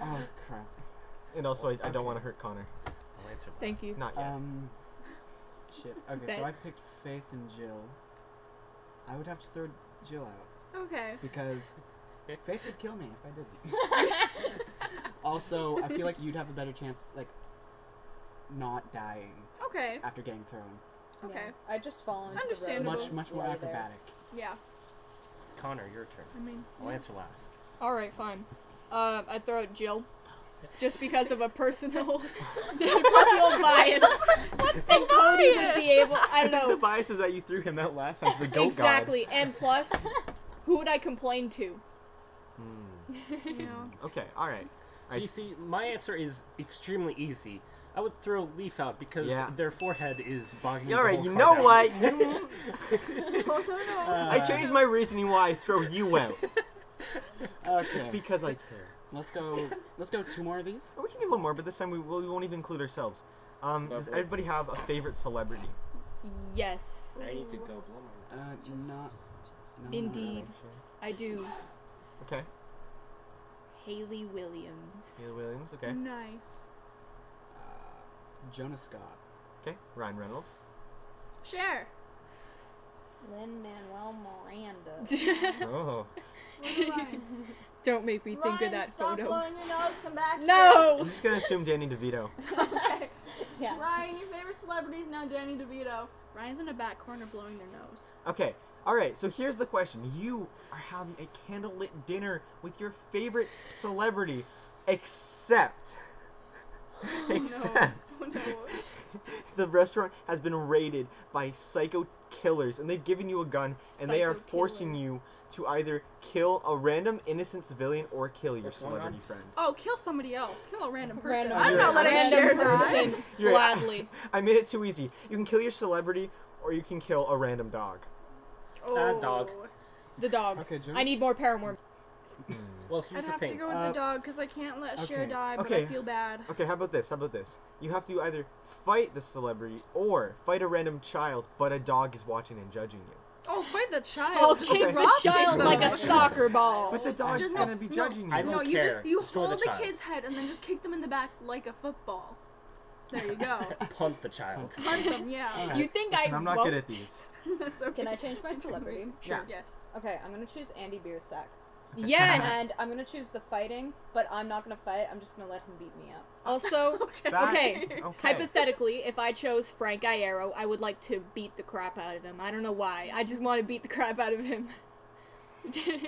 Oh crap. And also, I, I don't want to hurt Connor. I'll answer Thank last. you. Not yet. Um. Shit. Okay, so I picked Faith and Jill. I would have to throw Jill out Okay. <laughs> because Faith would <laughs> kill me if I didn't. also, I feel like you'd have a better chance. Like, not dying Okay. after getting thrown. Okay. I just fall into Understandable. the Much road. much more Yeah, acrobatic. Yeah. Connor, your turn. I mean, I'll answer last. All right, fine. Um, I throw out Jill, just because of a personal, <laughs> personal bias. and Cody would be able. I the <laughs> don't know bias is that you threw him out last time. to The goat Oh, god. exactly. And plus, who would I complain to? Hmm. yeah. <laughs> Okay. All right. So I- you see, my answer is extremely easy. I would throw Leaf out because Yeah. their forehead is bogging. All the right. whole You car know down. what? You, I <laughs> <laughs> Uh, changed my reasoning why I throw you out. Okay. It's because I care. let's go. Let's go. Two more of these. Oh, we can do one more, but this time we, we won't even include ourselves. Um, does Lovely. everybody have a favorite celebrity? Yes, I need to go blow my. Uh, not. no, indeed, Mm-hmm. I do. Okay. Haley <laughs> Williams. Mila Williams. Okay. Nice. Not really. Uh, Jonah Scott. Okay. Ryan <laughs> Reynolds. Share. Lynn Manuel Miranda. <laughs> Oh. <laughs> Don't make me think of Ryan, that stop photo. <laughs> blowing your nose, come back. I'm No. just gonna assume Danny DeVito. <laughs> Okay. yeah. Ryan, your favorite celebrity is now Danny DeVito. Ryan's in the back corner blowing their nose. Okay. All right. So here's the question: You are having a candlelit dinner with your favorite celebrity, except, except Oh no. <laughs> the restaurant has been raided by psycho killers, and they've given you a gun, and they are Psycho forcing you to either kill a random innocent civilian or kill your What's going on? celebrity friend. Oh, kill somebody else. Kill a random person. Random I'm person. not letting Random Cher die. person. You're right. Gladly. <laughs> I made it too easy. You can kill your celebrity, or you can kill a random dog. Oh. Uh, dog. The dog. Okay, Jonas. I need more Paramore. Well, I'd here's the have to thing. go with Uh, the dog because I can't let Cher okay. die, but Okay. I feel bad. Okay, how about this? How about this? You have to either fight the celebrity or fight a random child, but a dog is watching and judging you. Oh, fight the child. I'll kick Okay. <laughs> the child Rob- like a <laughs> soccer ball. But the dog's Just no- gonna be no, judging I you. don't no, you care. just you Destroy hold the the, child. kid's head and then just kick them in the back like a football. There <laughs> you go. <laughs> Punt the child. Punch <laughs> them, yeah. <laughs> You think I Listen, I'm not won't? good at <laughs> these. That's okay. Can I change my celebrity? Sure. Yes. Okay, I'm gonna choose Andy Biersack. Yes. And I'm gonna choose the fighting, but I'm not gonna fight. I'm just gonna let him beat me up. also, Okay. That- <laughs> Okay. okay. hypothetically, if I chose Frank Iero, I would like to beat the crap out of him. I don't know why. I just want to beat the crap out of him. <laughs> Yeah,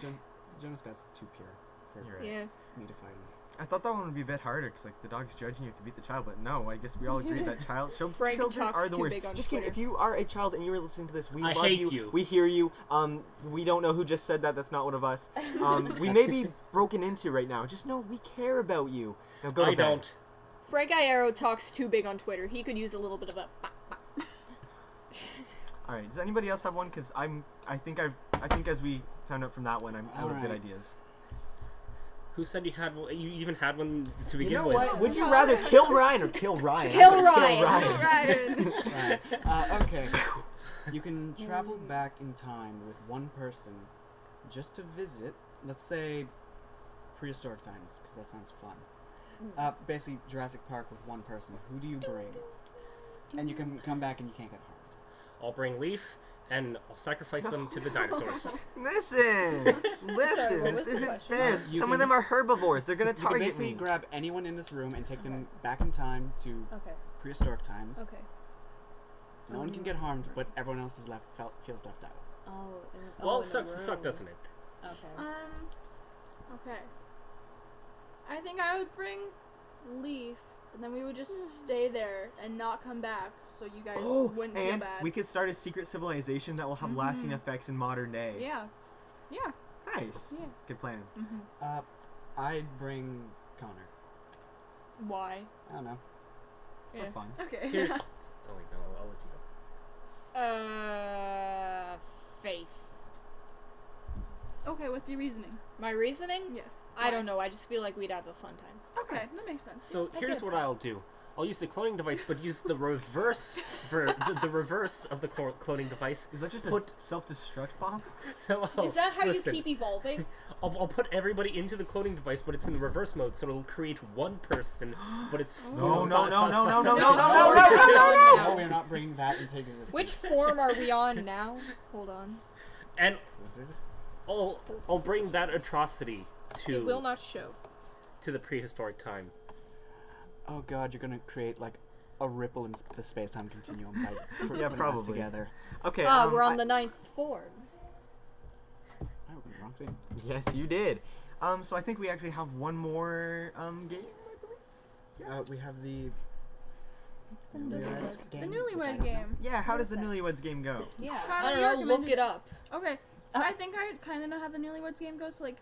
Jon- Jonah Scott's too pure for You're right. yeah. me to fight him. I thought that one would be a bit harder because like the dog's judging you if you beat the child, but no, I guess we all agree <laughs> that child chil- Frank children talks are the too worst. big on just kidding. If Twitter. you are a child and you are listening to this, we I love hate you, you. We hear you. Um, we don't know who just said that. That's not one of us. <laughs> Um, we may be broken into right now. Just know we care about you. Now go to I bed. don't. Frank Iero talks too big on Twitter. He could use a little bit of a. All right. Does anybody else have one? Because I'm. I think I've. I think as we found out from that one, I'm out of good Alright. ideas. Who said you had? one- You even had one You to begin know with. what? Would you rather kill Ryan or kill <laughs> Ryan? I'm Kill gonna Ryan. Kill Ryan. Ryan. Right. Uh, okay. You can travel back in time with one person just to visit, let's say, prehistoric times, because that sounds fun. Hmm. Uh, basically, Jurassic Park with one person. Who do you bring? And you can come back and you can't get harmed. I'll bring Leaf and I'll sacrifice them to the <laughs> dinosaurs. Oh, Listen, Sorry, listen, what this was the isn't question? fair. Uh, you Some of can- them are herbivores. They're gonna You can target basically me. grab anyone in this room and take them back in time to Okay. prehistoric times. Okay. Mm-hmm. No one can get harmed, but everyone else is left felt, feels left out. Oh. in- oh, well, in it a sucks to suck, row. doesn't it? Okay. Um. Okay. I think I would bring Leaf, and then we would Hmm. just stay there and not <laughs> come back, so you <gasps> guys Oh, wouldn't feel and bad. Mm-hmm. we could start a secret civilization that will have lasting effects in modern day. yeah. Yeah. Nice. Yeah. Mm-hmm. Good plan. Uh, I'd bring Connor. Why? I don't know. For Yeah. fun. Okay. Here's. <laughs> oh wait, no, I'll let you go. Uh, faith. <laughs> okay. What's your reasoning? My reasoning? Yes. I don't know. I just feel like we'd have a fun time. Okay, that makes sense. So here's what I'll do. I'll use the cloning device, but use the reverse ver- <laughs> the, the reverse of the clo- cloning device. <laughs> Is that just Put- a self-destruct bomb? Oh, Well, Is that how listen, you keep e-, evolving? I'll, I'll put everybody into the cloning device, but it's in reverse mode, so it'll create one <gasps> person, but it's No, Oh. no, no, no, no, <laughs> no, no, No, no, no, no, no. no, No, no. we're not bringing that into existence. Which form are we on now? Hold on. And I'll I'll bring that atrocity It will to not show. to the prehistoric time. Oh god, you're gonna create like a ripple in s- the space time continuum <laughs> by pr- Yeah, putting probably. us together. Okay. Ah, um, we're on I- the ninth floor. I opened the wrong thing. Yes, you did. Um, so I think we actually have one more um game. I believe. Uh, we have the Newlyweds The game, which I newlywed don't know. game. yeah. How does the newlyweds game go? Yeah. I Connor, you don't know. Look recommended- it up. Uh, Okay. I think I kind of know how the newlyweds game goes. So, like,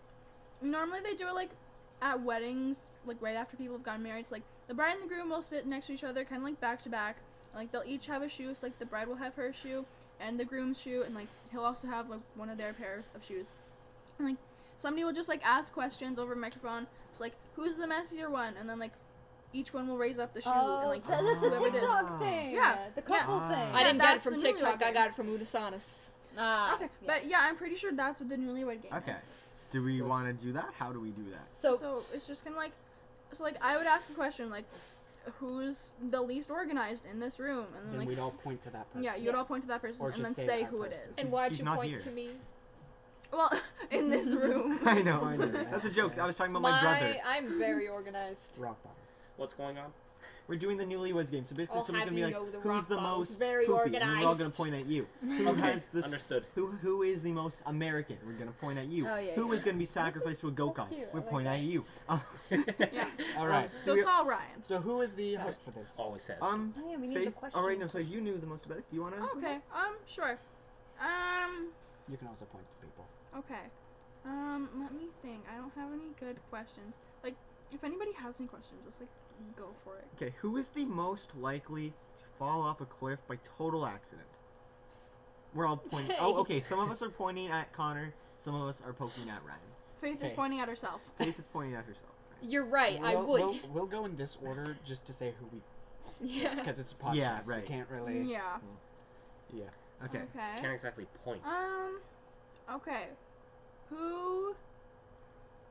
normally they do it like at weddings, like right after people have gotten married. So, like, the bride and the groom will sit next to each other, kind of like back to back. Like, they'll each have a shoe. So, like, the bride will have her shoe and the groom's shoe, and like he'll also have like one of their pairs of shoes. And like somebody will just like ask questions over a microphone. It's like, who's the messier one? And then like each one will raise up the shoe and like Th- Oh, that's a whoever it is. TikTok Ah. thing. Yeah. The couple Ah. thing. I Yeah, didn't get it that's from the newlywed TikTok. I game. got it from Udasanas. Ah. Okay, yes. but yeah, I'm pretty sure that's what the newlywed game Okay. is. Do we So s- want to do that? How do we do that? <laughs> So, So it's just kind of like, so like I would ask a question like, who's the least organized in this room, and And then like, we'd all point to that person. yeah, you'd all point to that person Or and then just say, say that who person. it is. And He's- why'd he's you not point here. to me? Well, <laughs> in this room. I know, <laughs> I know. That's a joke. I was talking about my, brother. I'm very <laughs> organized. Rock bottom. What's going on? We're doing the newlyweds game, so basically I'll someone's gonna have be you like, know the "Who's rock the bottom's most very poopy?" And we're all gonna organized. point at <laughs> you. Who Okay, has this? understood. Who who is the most American? We're gonna point at you. Oh, yeah, Who yeah, is gonna be sacrificed to a go kart? cute. I We're like pointing that. at you. Um, <laughs> Yeah. All right. So it's <laughs> all Ryan. So who is the host for this? <laughs> Always has. Um, Oh yeah, we need the Faith. question. Oh, All right, no. So you knew the most about it. Do you wanna? Okay. Um. Sure. Um. You can also point to people. Okay. Um. Let me think. I don't have any good questions. Like, if anybody has any questions, just like go for it. Okay. Who is the most likely to fall off a cliff by total accident? We're all pointing. oh, okay. Some of us are pointing at Connor. Some of us are poking at Ryan. Faith is Okay. pointing at herself. Faith is pointing at herself. You're right. I We'll- would. We'll, we'll go in this order just to say who we <laughs> yeah. because it's a podcast. Yeah, right. We can't really. Yeah. Okay. Okay. Can't exactly point. Um. Okay. Who?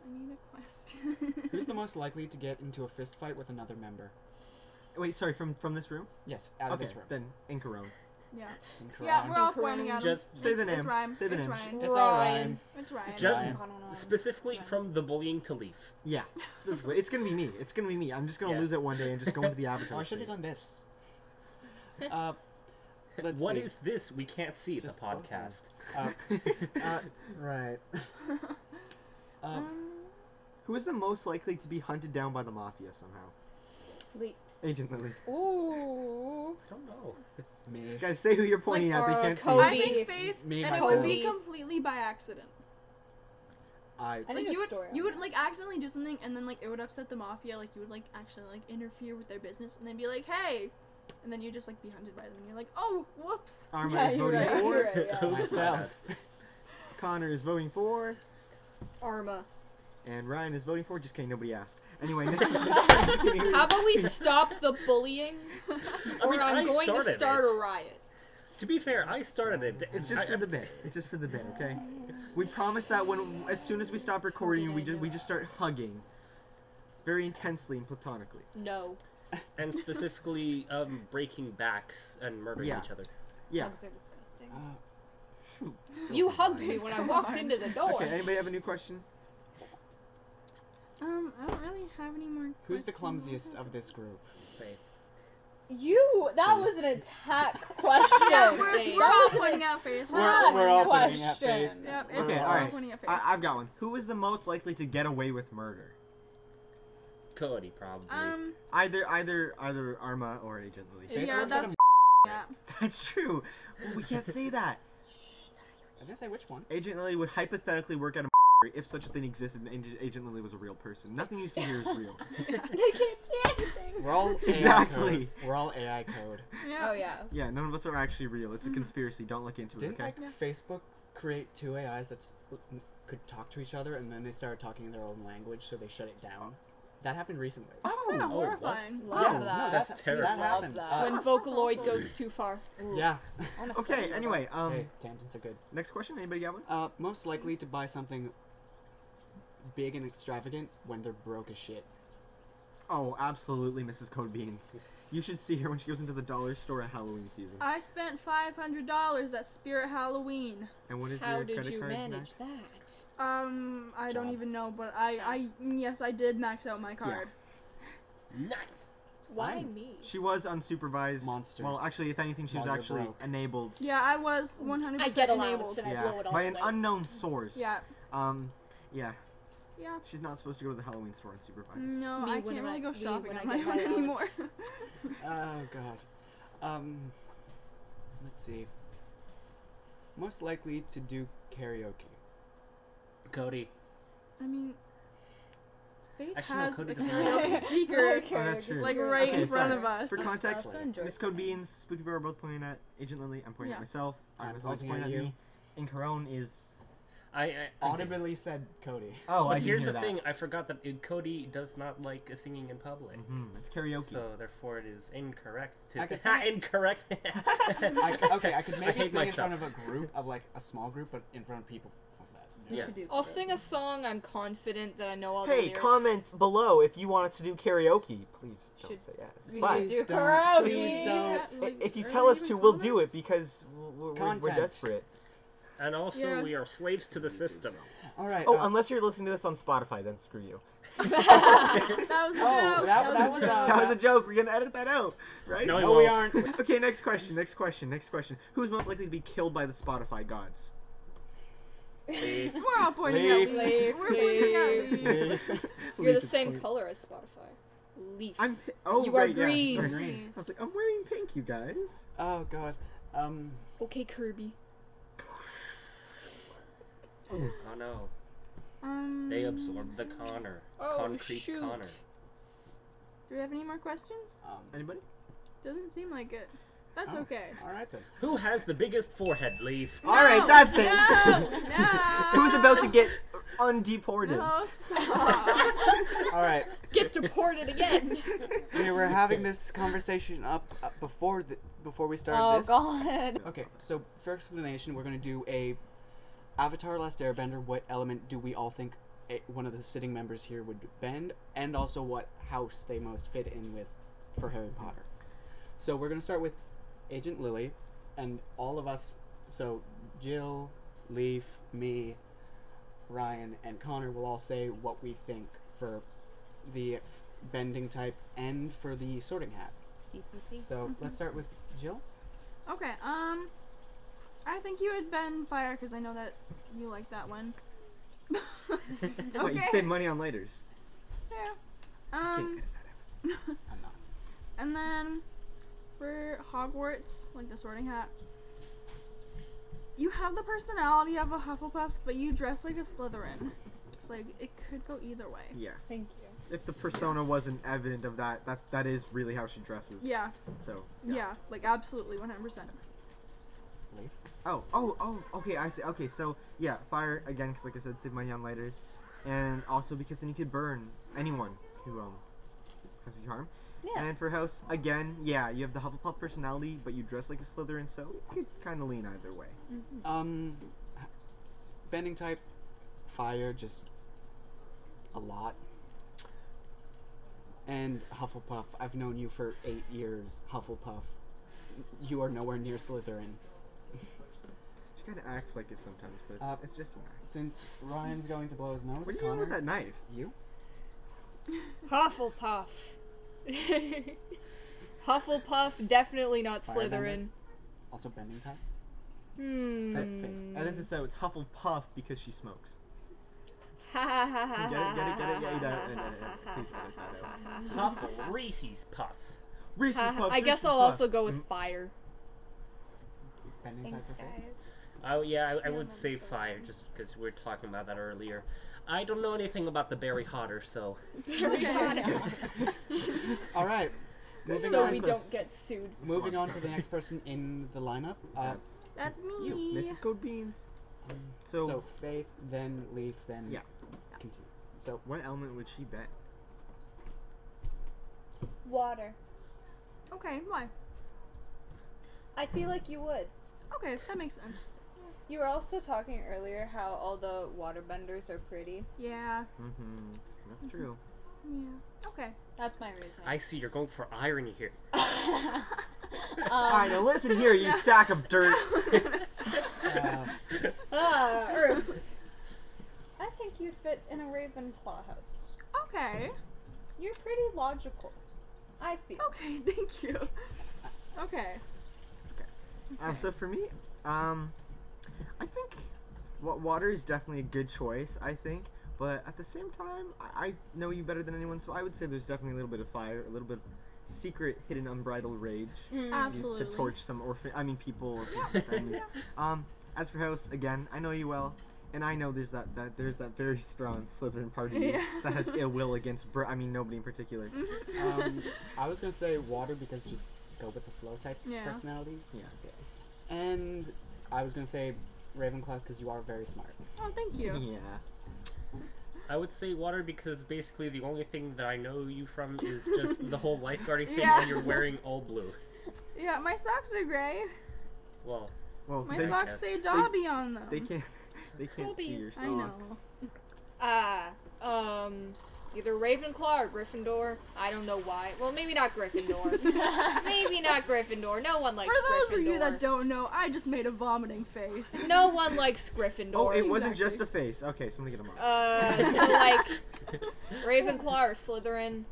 I need a question. Who's the most likely to get into a fist fight with another member? Uh-huh. Wait. Sorry. From from this room. Yes, out of okay. this room. Then Incarone. <laughs> yeah. Incorrect. Yeah, we're all Incorrect. pointing at him. Just Say the It's name. Ryan. Say the It's name. Ryan. it's all Ryan. Ryan. It's Ryan. It's Ryan. I don't know. specifically from the bullying to leave. Yeah. Specifically. it's gonna be me. It's gonna be me. I'm just gonna Yeah. lose it one day and just go into the avatar. Oh, I should have state. done this. uh, let's What see. is this? We can't see. It's Just a podcast. Uh, <laughs> uh, right. Uh, Who is the most likely to be hunted down by the mafia somehow? Lee. Agent Lily. Ooh. I don't know. me. Guys, say who you're pointing Like, uh, at. or They can't Kobe. see. <laughs> I think Faith, Me, and it would be myself. completely by accident. I I. Like think you you would, story. you would like accidentally do something, and then like it would upset the mafia. Like you would like actually like interfere with their business, and then be like, "Hey," and then you just like be hunted by them, and you're like, "Oh, whoops." Arma Yeah, is you're voting right. for. You're right. <laughs> Yeah. Oops, my Myself. Connor is voting for. Arma. And Ryan is voting for. Just kidding. Nobody asked. <laughs> Anyway, next person. Just kidding. How about we stop the bullying, <laughs> bad. I or mean, I I am going to started start it. a riot? To be fair, I started it. It's just I- for the bit. It's just for the bit, okay? We promise that when, as soon as we stop recording, we just we just start hugging, very intensely and platonically. No. <laughs> and specifically um, breaking backs and murdering Yeah. each other. <laughs> Yeah. Bugs are disgusting. Uh, You hugged me when I walked into the door. Okay. Anybody have a new question? Um, I don't really have any more. who's the clumsiest of this group? You. That was an attack question. Yeah, we're, we're all That was pointing out Faith. We're- we're all a pointing at Faith. question. Yep, Okay, it's all alright. pointing at Faith. I, I've got one. Who is the most likely to get away with murder? Cody, probably. um, Either either either Arma or Agent Lily. Yeah, Faith works at a that's- yeah. <laughs> That's true. We can't say that. I didn't say which one. Agent Lily would hypothetically work at a <laughs> if such a thing existed and Ag- Agent Lily was a real person. Nothing you see here is <laughs> real. <laughs> They can't see anything. We're all AI Exactly. code. We're all AI code. Yeah. Oh yeah. Yeah, none of us are actually real. Mm-hmm. It's a conspiracy. Don't look into it, Didn't okay? like Facebook create two AIs that could talk to each other, and then they started talking in their own language, so they shut it down. That happened recently. That's kind of Oh, what? horrifying. Love Yeah, no, that. that's love terrifying. happened. that. When <laughs> Uh, Vocaloid goes too far. yeah. On a Okay, sexual- anyway, um <laughs> hey, tangents are good. next question, anybody got one? Uh, most likely to buy something big and extravagant when they're broke as shit. Oh, absolutely Mrs. Code Beans. You should see her when she goes into the dollar store at Halloween season. Uh, I spent five hundred dollars at Spirit Halloween. And what is How your did credit you card manage next? that? Um, I don't Job. even know, but I, I, yes, I did max out my card. Nice. Why I'm- me? She was unsupervised. Monsters. Well, actually, if anything, she was While you're actually broke. enabled. Yeah, I was 100% I get allowance enabled. and I yeah, blow it all by an away. unknown source. Yeah. Um, yeah. Yeah. She's not supposed to go to the Halloween store unsupervised. No, Me I when can't I- really go me shopping when on I my get own my anymore. allowance. Oh god. Um let's see. Most likely to do karaoke. Cody. <laughs> I mean, Faith Actually, no, has Cody a <laughs> doesn't karaoke <laughs> have- speaker. Oh, that's true. like right Okay, in front sorry. of us. For That's- context, that's to enjoy Miss Code B and Spooky Bear are both pointing at Agent Lily. I'm pointing Yeah. at myself. I I'm was also looking pointing at at you. me. And Corone is. I, I, I Audibly said Cody. Oh, But I here's hear the that. thing: I forgot that uh, Cody does not like singing in public, Mhm, It's karaoke. so therefore it is incorrect to. I <laughs> could It's not sing it. incorrect. I, okay, I could <laughs> I make hate it sing in myself. front of a group of like a small group, but in front of people. Fuck that. You Yeah. should do I'll that. sing a song I'm confident that I know all the Hey, lyrics. comment below if you want us to do karaoke. Please don't Should- say yes. we But should do Please don't. karaoke. Please don't. i- if you tell us to, we'll do it because we're- we're, we're, we're Content. desperate. and also, Yeah. we are slaves to the system. All right. Oh, uh, unless you're listening to this on Spotify, then screw you. That was a Oh, joke. that- that was a- That was a joke. We're gonna edit that out, right? No, we no, we won't. aren't. okay, next question. Next question. Next question. Who's most likely to be killed by the Spotify <laughs> gods? They- We're all pointing Leaf. at Leaf. We're pointing <laughs> at Leaf. You're the Leaf is same point- color as Spotify. Leaf. I'm. pi- Oh, You are right, yeah, green. sorry. Green. I was like, I'm wearing pink, you guys. Oh god. Um. Okay, Kirby. oh no! Um, They absorb the Connor, Oh, concrete shoot. Connor. Do we have any more questions? um Anybody? Doesn't seem like it. That's Oh. okay. all right then. Who has the biggest forehead, Leaf? All right, that's it. No, Oh, no. Who's about to get undeported? No, stop. All right. <laughs> Get deported again. We were having this conversation up uh, before the, before we started Oh this. god. Okay, so for explanation, we're going to do a Avatar: Last Airbender. What element do we all think a, one of the sitting members here would bend, and also what house they most fit in with for Harry Potter? So we're going to start with Agent Lily, and all of us. So Jill, Leaf, me, Ryan, and Connor will all say what we think for the bending type and for the sorting hat. So let's start with Jill. okay. Um, I think you had been fire because I know that you like that one. Oh, What, you Okay. save money on lighters. Yeah. Um, <laughs> I'm not. and then for Hogwarts, like the Sorting Hat, you have the personality of a Hufflepuff, but you dress like a Slytherin. It's like it could go either way. Yeah. Thank you. If the persona wasn't evident of that, that that is really how she dresses. Yeah. So. Yeah. like absolutely, one hundred percent. Oh, oh, oh, okay, I see. Okay, so, yeah, fire, again, because, like I said, save money on lighters. And also because then you could burn anyone who, um, causes you harm. Yeah. And for house, again, yeah, you have the Hufflepuff personality, but you dress like a Slytherin, so you could kind of lean either way. Um, bending type, fire, just a lot. And Hufflepuff, I've known you for eight years, Hufflepuff. You are nowhere near Slytherin. She kind of acts like it sometimes, but it's, Uh, it's just an act. Since Ryan's going to blow his nose, What are you doing with that knife? You? Hufflepuff. <laughs> Hufflepuff, definitely not Slytherin. Firebender? Also bending type? Hmm. Faith, faith. Edit this out. It's Hufflepuff because she smokes. Ha ha ha ha Get it, ha get it, get ha it, get it. ha edit, ha edit, edit. Please ha ha ha edit that out. <laughs> ha ha ha. Puff, Reese's Puffs. Reese's Ha ha. Puffs. I guess Reese's I'll Puffs. also go Mm, with <laughs> fire. <laughs> Bending Thanks, type for faith? guys. Oh yeah, I, I would that'd say be so fire just because we were talking about that earlier. I don't know anything about the Barry Hotter, so <laughs> Alright. Moving So on, we Chris. don't get sued. this moving on one's to the next person in the lineup. Uh, That's That's me. Mrs. Code Beans. um, So, so faith, then leaf, then Yeah. continue. So what element would she bet? Water. Okay, why? I feel like you would. Okay, that makes sense. You were also talking earlier how all the waterbenders are pretty. Yeah. Mm-hmm. That's true. Yeah. <laughs> Okay. That's my reason. <laughs> I see you're going for irony here. Um, All right, now listen here, you sack of dirt. uh, Ah, Earth. I think you'd fit in a Ravenclaw house. Okay. You're pretty logical. I feel. Okay, <laughs> thank you. Okay. Um, so for me, um, I think wa- water is definitely a good choice. I think, but at the same time, I, I know you better than anyone, so I would say there's definitely a little bit of fire, a little bit of secret, hidden, unbridled rage used to Absolutely. torch some orphan. I mean, people. Or <laughs> things. Um, as for House, again, I know you well, and I know there's that, that there's that very strong Slytherin part of you Yeah. Mm. that <laughs> has ill will against. Br- I mean, nobody in particular. <laughs> Um, I was gonna say water because just go with the flow type Yeah. personality. Yeah. And I was gonna say Ravenclaw because you are very smart. Oh, thank you. <laughs> <laughs> I would say water because basically the only thing that I know you from is just the whole lifeguarding thing Yeah. and you're wearing all blue. Yeah, my socks are gray. Well, Well, My they, socks say Dobby on them. they <laughs> can't. They can't see your socks. I know. Ah, um, either Ravenclaw or Gryffindor. I don't know why. Well, maybe not Gryffindor. <laughs> <laughs> maybe not Gryffindor. No one likes For those Gryffindor. of you that don't know, I just made a vomiting face. no one likes Gryffindor. Oh, it wasn't Exactly. just a face. Okay, so I'm gonna get them off. Uh, so like Ravenclaw or Slytherin.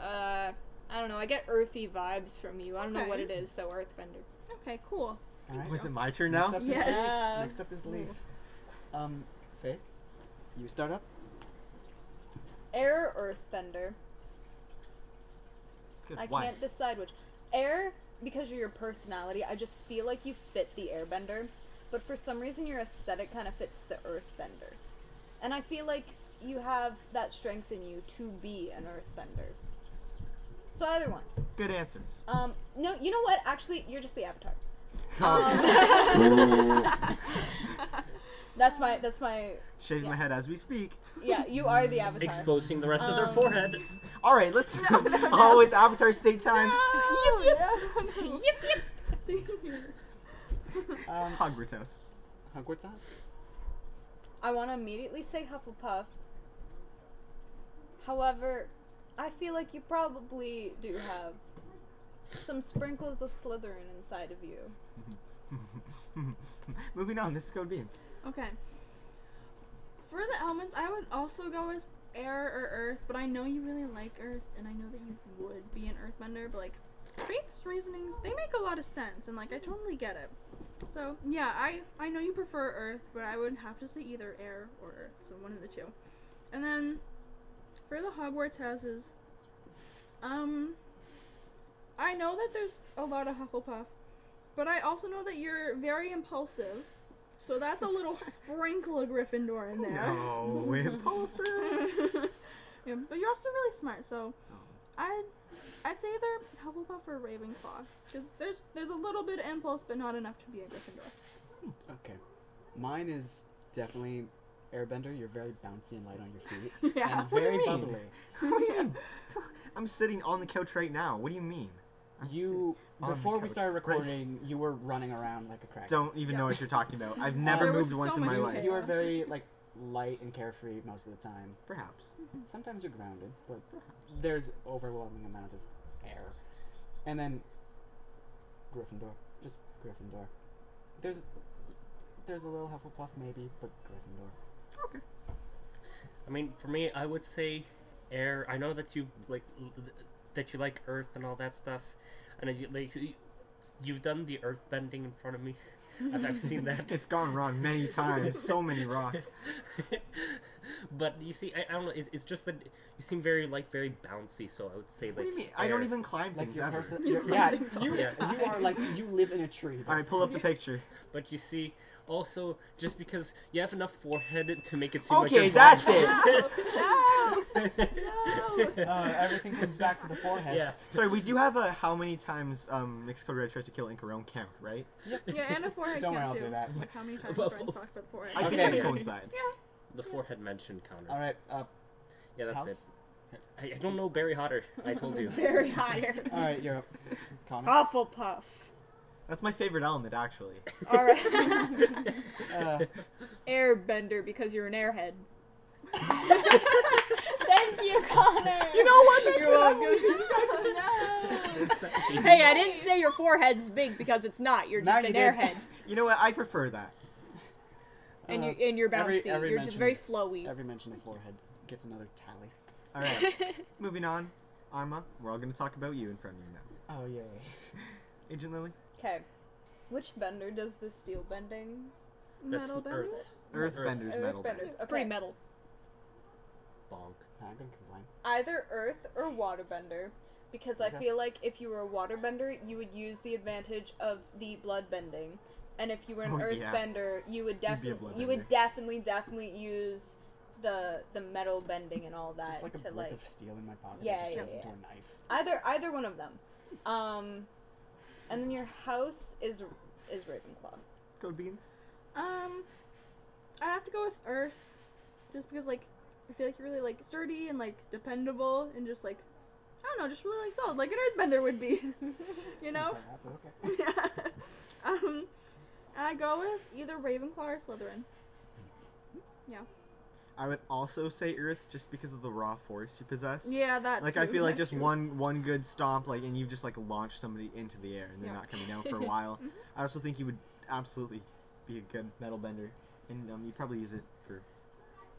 Uh, I don't know. I get earthy vibes from you. I don't know what it Okay. is. So Earthbender. <laughs> Okay, <laughs> cool. Alright. Was it my turn Next now? up is Leaf. Yeah. Next up is Leaf. Um, Faith, you start up. Air or earthbender? Good I wife. can't decide which. Air, because of your personality, I just feel like you fit the airbender, but for some reason your aesthetic kind of fits the earthbender. And I feel like you have that strength in you to be an earthbender. So either one. Good answers. <laughs> Um, no, you know what? Actually, you're just the avatar. <laughs> Uh, That's my. That's my. <laughs> Shaving my head as we speak. Yeah, you are the avatar. exposing the rest of their Um, forehead. All right, <laughs> let's. <laughs> Oh, it's Avatar State time. Oh, <laughs> Um, Hogwarts house. Hogwarts house. I want to immediately say Hufflepuff. However, I feel like you probably do have some sprinkles of Slytherin inside of you. <laughs> Moving on. This is Code Beans. Okay. For the elements, I would also go with air or earth, but I know you really like earth, and I know that you would be an earthbender, but like, Faith's reasonings, they make a lot of sense, and like, I totally get it. So, yeah, I, I know you prefer earth, but I would have to say either air or earth, so one of the two. And then, for the Hogwarts houses, um, I know that there's a lot of Hufflepuff, but I also know that you're very impulsive. So that's a little sprinkle of Gryffindor in there. No, impulsive. <laughs> yeah, but you're also really smart, so I'd I'd say either Hufflepuff or Ravenclaw, because there's there's a little bit of impulse, but not enough to be a Gryffindor. Okay. Mine is definitely Airbender. You're very bouncy and light on your feet. <laughs> Yeah. And What do you very mean? <laughs> bubbly. What do you mean? I'm sitting on the couch right now. What do you mean? I'm You on the before we couch. started Right. recording, you were running around like a crack. sit- don't even know what you're talking about. I've never There moved was so once in my much you, life. you are chaos. very like light and carefree most of the time. Perhaps. Sometimes you're grounded, but there's overwhelming amount of air. And then Gryffindor, just Gryffindor. There's there's a little Hufflepuff maybe, but Gryffindor. I mean, for me, I would say air. I know that you like l- th- that you like earth and all that stuff, and you, like you- you've done the earth bending in front of me. <laughs> I've, I've seen that. <laughs> It's gone wrong many times. So many rocks. <laughs> but you see, I, I don't know. It, it's just that you seem very like very bouncy. So I would say like. What do you mean? I air. don't even climb Like things your ever. person, your, yeah, you, <laughs> the you are like you live in a <laughs> tree. All right, pull up the picture. But you see, also just because you have enough forehead to make it seem like Okay, you're that's <laughs> <laughs> No! <laughs> it. Uh, everything comes back to the forehead. yeah. Sorry, we do have a how many times um, Mixed Code Red tries to kill Inkarone count, right? yeah, and a forehead Don't worry, count I'll too. do that. Like how many times Well, friends talk about forehead? I think Okay. they coincide. <laughs> The forehead mention counter. All right, uh, Yeah, that's house. it. I, I don't know Barry Hotter. I told you. <laughs> Very higher. All right, you're up. Connor. Hufflepuff. That's my favorite element, actually. <laughs> All right. <laughs> <laughs> Uh, Airbender because you're an airhead. Thank you, Connor. You know what? That's You're welcome. <laughs> Exactly. Hey, I didn't say your forehead's big because it's not. You're Now just you an did. airhead, You know what? I prefer that. and Uh, you and you're bouncy. every- every you're mention- just very flowy. every mention of forehead gets another tally. All right. Moving on. Arma, we're all going to talk about you in front of you now. Oh yeah. Agent Lily? Okay. Which bender does the steel bending? That's Metal benders? Earth. Earthbender's metal Earthbenders. It's pretty Okay. metal. Bonk. I didn't complain. Either earth or waterbender. Because I Okay. feel like if you were a waterbender, you would use the advantage of the blood bending. And if you were an Oh, yeah. earthbender, you would You'd be a definitely you would definitely definitely use the the metal bending and all that Just like a Uh, to brick like of steel in my pocket. Yeah, that just yeah, turns into yeah. a knife. either either one of them. Um and then your house is is Ravenclaw. Go Beans. Um, I have to go with Earth, just because like I feel like you're really like sturdy and like dependable and just like I don't know, just really like solid, like an Earthbender would be. <laughs> you Inside know. out, but okay. <laughs> um, I go with either Ravenclaw or Slytherin. I would also say Earth just because of the raw force you possess. Yeah, that. Like I feel like just one one good stomp, like and you've just like launched somebody into the air and they're Yeah. Mm-hmm. not coming down for <laughs> a while. I also think you would absolutely be a good metal bender, and um, you probably use it for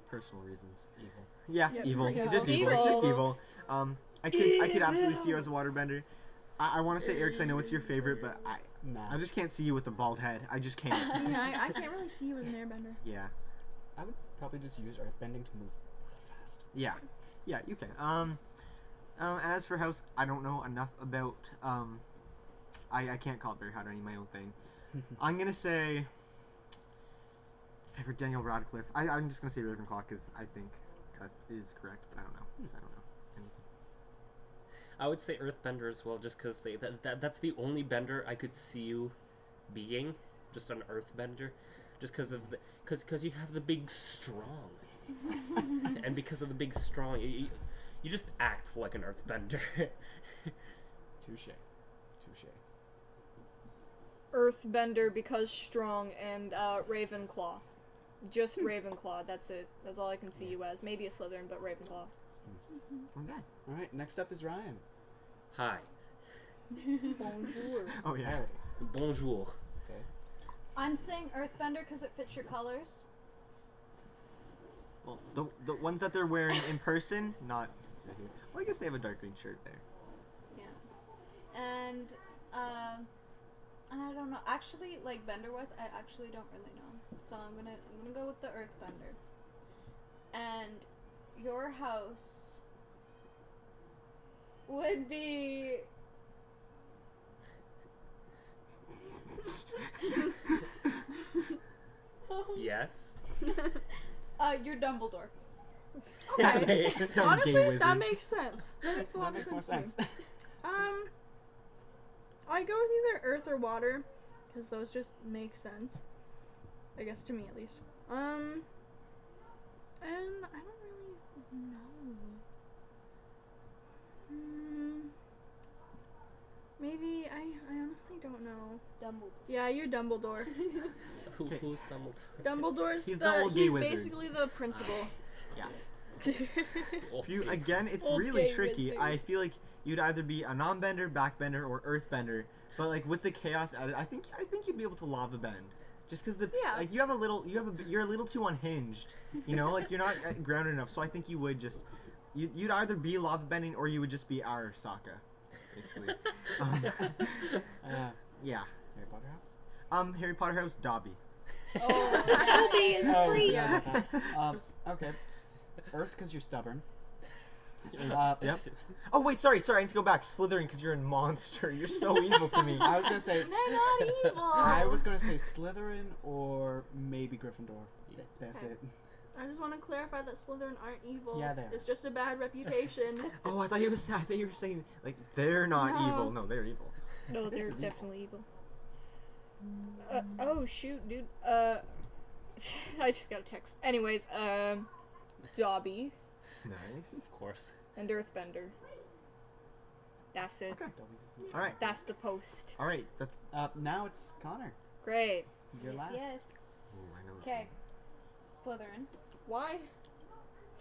personal reasons. Evil. Yeah, Yeah, evil. for evil. Just evil. Just evil. Evil. Um, I could I could absolutely see you as a waterbender. I, I want to say Eric, 'cause I know it's your favorite, but I Nah. I just can't see you with a bald head. I just <laughs> can't. <laughs> Yeah, I, I can't really see you as an Airbender. yeah. I would probably just use earthbending to move really fast. Yeah, yeah, you can. Um, um, as for house, I don't know enough about. Um, I I can't call it very hard. I need my own <laughs> thing. I'm gonna say. For Daniel Radcliffe, I, I'm just gonna say Ravenclaw because I think that is correct, but I don't know. 'cause I don't know. I would say Earthbender as well, just because they that, that that's the only bender I could see you being, just an Earthbender, just because of because because you have the big strong, and because of the big strong, you, you- you just act like an Earthbender. <laughs> Touche. Touche. Earthbender because strong and uh, Ravenclaw. Just Ravenclaw. That's it. That's all I can see you as. Maybe a Slytherin, but Ravenclaw. Okay. All right. Next up is Ryan. Hi, Bonjour. Oh yeah. Harry. bonjour. I'm saying earthbender because it fits your colors. Oh. Well, the the ones that they're wearing in person, not. Well, I guess they have a dark green shirt <laughs> there. <laughs> And um I don't know. Actually, like bender wise, I actually don't really know. So I'm gonna I'm gonna go with the earthbender. And your house would be Yes. uh your Dumbledore. <laughs> Okay. Dumb Honestly, gay wizard. that makes sense. That makes a lot that makes of more sense. to me. sense. <laughs> Um, I go with either earth or water, because those just make sense. I guess to me at least. Um, and I don't really know. Hmm. Maybe I. I honestly don't know. Dumbledore. Yeah, you're Dumbledore. Who, Okay. who's Dumbledore? Dumbledore's He's the. the old gay he's wizard. basically the principal. <laughs> Oh, If you okay. again, it's Old really gay tricky. wizard. I feel like you'd either be a non-bender, backbender, or earthbender. But like with the chaos added, I think I think you'd be able to lava bend. Just because the Yeah. like you have a little you have a you're a little too unhinged. You know, like <laughs> you're not uh, grounded enough. So I think you would just you, you'd either be lava bending or you would just be our Sokka, basically. um, <laughs> <laughs> <laughs> Uh, yeah. Harry Potter house. Um, Harry Potter house Dobby. <laughs> Dobby is Oh, free. yeah. um, okay. Earth, because you're stubborn. Uh, Yep. Oh wait, sorry, sorry. I need to go back. Slytherin, because you're a monster. <laughs> You're so evil <laughs> to me. I was gonna say. They're not evil. I was gonna say Slytherin or maybe Gryffindor. That's Okay. it. <laughs> I just want to clarify that Slytherin aren't evil. Yeah, they are. It's just a bad reputation. Oh, I thought you were. I thought you were saying like they're not No. evil. No, they're evil. No, This they're is evil. definitely evil. Uh, oh shoot, dude. Uh, <laughs> I just got a text. Anyways, um, Dobby Nice. of course. and Earthbender. That's it. All right. That's the post. All right. That's Uh, now it's Connor. Great. You're last. Ooh, I know this Okay. Slytherin. Why?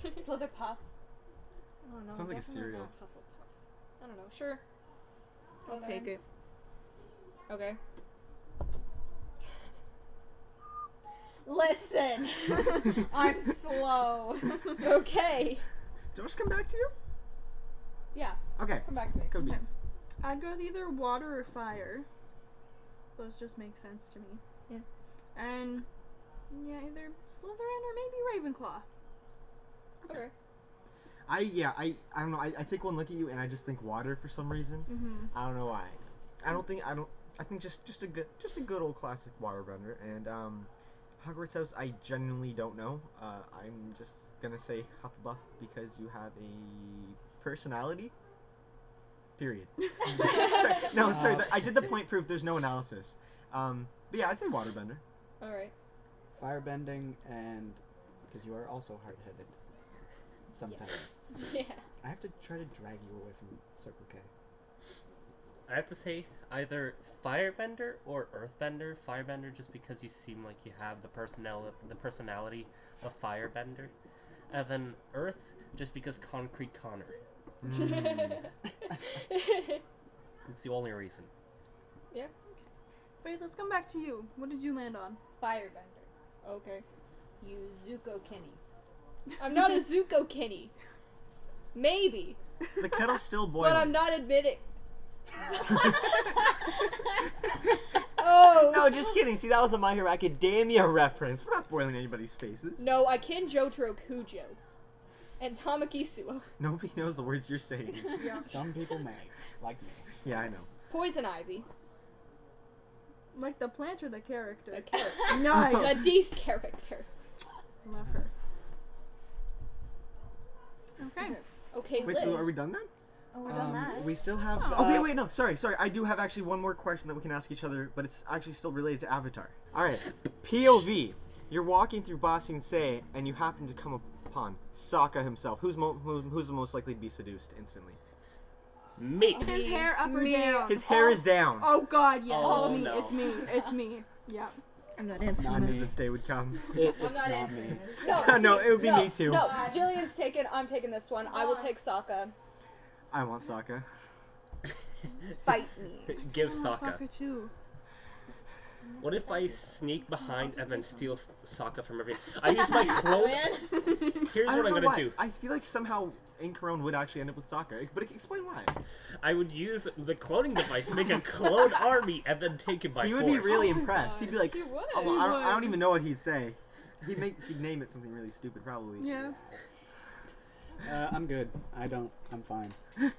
Slitherpuff. Oh, no, Sounds like a definitely cereal. not Hufflepuff. I don't know. Sure, I'll Slytherin. take it. Okay. Listen, <laughs> <laughs> I'm slow. Okay. Did Josh come back to you? Yeah, Okay. come back to me. Code Okay. beans. I'd go with either water or fire. Those just make sense to me. Yeah. And yeah, either Slytherin or maybe Ravenclaw. Okay. I yeah I I don't know. I, I take one look at you and I just think water for some reason. Mm-hmm. I don't know why. I don't think I don't. I think just just a good just a good old classic water blender and um, Hogwarts House. I genuinely don't know. Uh, I'm just gonna say Hufflepuff because you have a personality. Period. <laughs> <laughs> sorry, no, sorry. that- I did the point proof. There's no analysis. Um, but yeah, I'd say waterbender. All right. Firebending and because you are also hard-headed. Sometimes Yeah. I have to try to drag you away from Circle K. I have to say either firebender or earthbender. Firebender just because you seem like you have the personality the personality of firebender. And then earth just because concrete Connor. It's the only reason. Wait, let's come back to you. What did you land on? Firebender. Okay. You Zuko Kenny. I'm not a <laughs> Zuko Kenny. Maybe, The kettle's still boiling. but I'm not <laughs> admitting. Oh <laughs> <laughs> No, just kidding. See, that was a My Hero Academia reference. <laughs> We're not boiling anybody's faces. no, I can Jotaro Kujo, and Tamakisuo. Nobody knows the words you're <laughs> saying. Some people may, like me. yeah, I know. Poison Ivy, <laughs> Like the plant or the character? the character, <laughs> the nice. Dees character. Love her. Okay. Okay, Wait, so Lil. are we done then? Oh, we're done that. Um, we still have. Oh. uh, Oh wait, wait, no, sorry, sorry. I do have actually one more question that we can ask each other, but it's actually still related to Avatar. All right, POV. You're walking through Ba Sing Se, and you happen to come upon Sokka himself. Who's mo- who- who's the most likely to be seduced instantly? Me. Is his hair up or Um, down? His hair is down. Oh God, yes. Oh, it's me. no. It's me. It's me. Yeah. <laughs> I'm not I answering knew <laughs> this day would come. It- I'm not it's not, answering me. this. <laughs> No, see, it would be no, me too. No, Jillian's taken. I'm taking this one. I will take Sokka. I want Sokka. Fight me. Give I want Sokka. Sokka Oh, too. What if I sneak behind and then steal S- Sokka from every? I <laughs> use my clone. Here's I what don't I'm know gonna why. do. I feel like somehow Incaron would actually end up with Sokka, but explain why. I would use the cloning device, make <laughs> a clone army, and then take it by he force. would be really impressed. He'd be like, He would. oh, well, I, don't, I don't even know what he'd say. He'd make he'd name it something really stupid, probably. Yeah. Uh, I'm good. I don't. I'm fine. <laughs>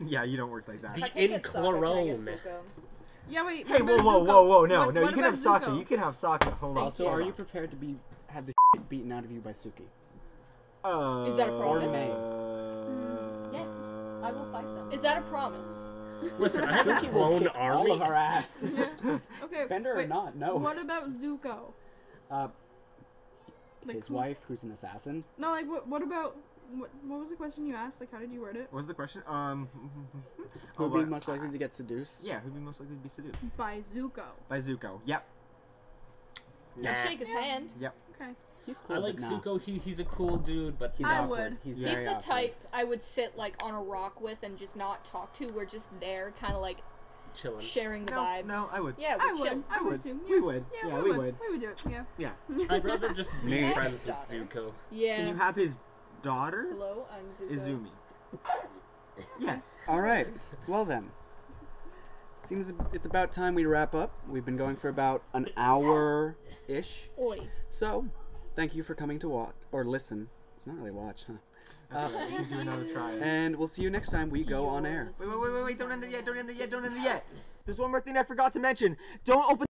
Yeah, you don't work like that. The If I can't get Sokka, can I get Inclarone. Zuko? Yeah. Wait. Hey, what whoa, about whoa, Zuko? whoa, whoa! No, What- no, you what can have about Sokka. Zuko? You can have Sokka. Hold on. Also, hold are on. you prepared to be have the <laughs> beaten out of you by Suki? Uh, Is that a promise? yes, I will fight them. Is that a promise? <laughs> Listen, <laughs> I have a Suki will clone kick army. All of our ass. Okay. Bender wait, or not? No. What about Zuko? Uh, Like his who- wife, who's an assassin. No, like what? What about? What, what was the question you asked? Like, how did you word it? What was the question? Um, <laughs> Who oh, would be but- most likely to get seduced? Yeah, who'd be most likely to be seduced By Zuko. by Zuko? Yep. Nah. Eh. Shake his hand. Okay. He's cool. I like but nah. Zuko. He, he's a cool dude, but He's I awkward. would. He's, He's very the awkward. type I would sit like on a rock with and just not talk to. We're just there, kind of like chilling. sharing the No, vibes. no, I would. Yeah, I we would. chill. I would would. too. We Yeah. would. Yeah, we, would. We would do it. Yeah. Yeah. I'd rather just <laughs> be Me. friends with Zuko. Can Yeah. you have his daughter? Hello, I'm Zuko. <laughs> Izumi. Yes. All right. Well then. Seems ab- it's about time we wrap up. We've been going for about an hour ish. Oi. So, thank you for coming to watch or listen. It's not really watch, huh? That's Uh, all right. You can do another try. And we'll see you next time we go on air. Wait, wait, wait, wait, wait, don't end it yet, don't end it yet, don't end it yet. There's one more thing I forgot to mention. Don't open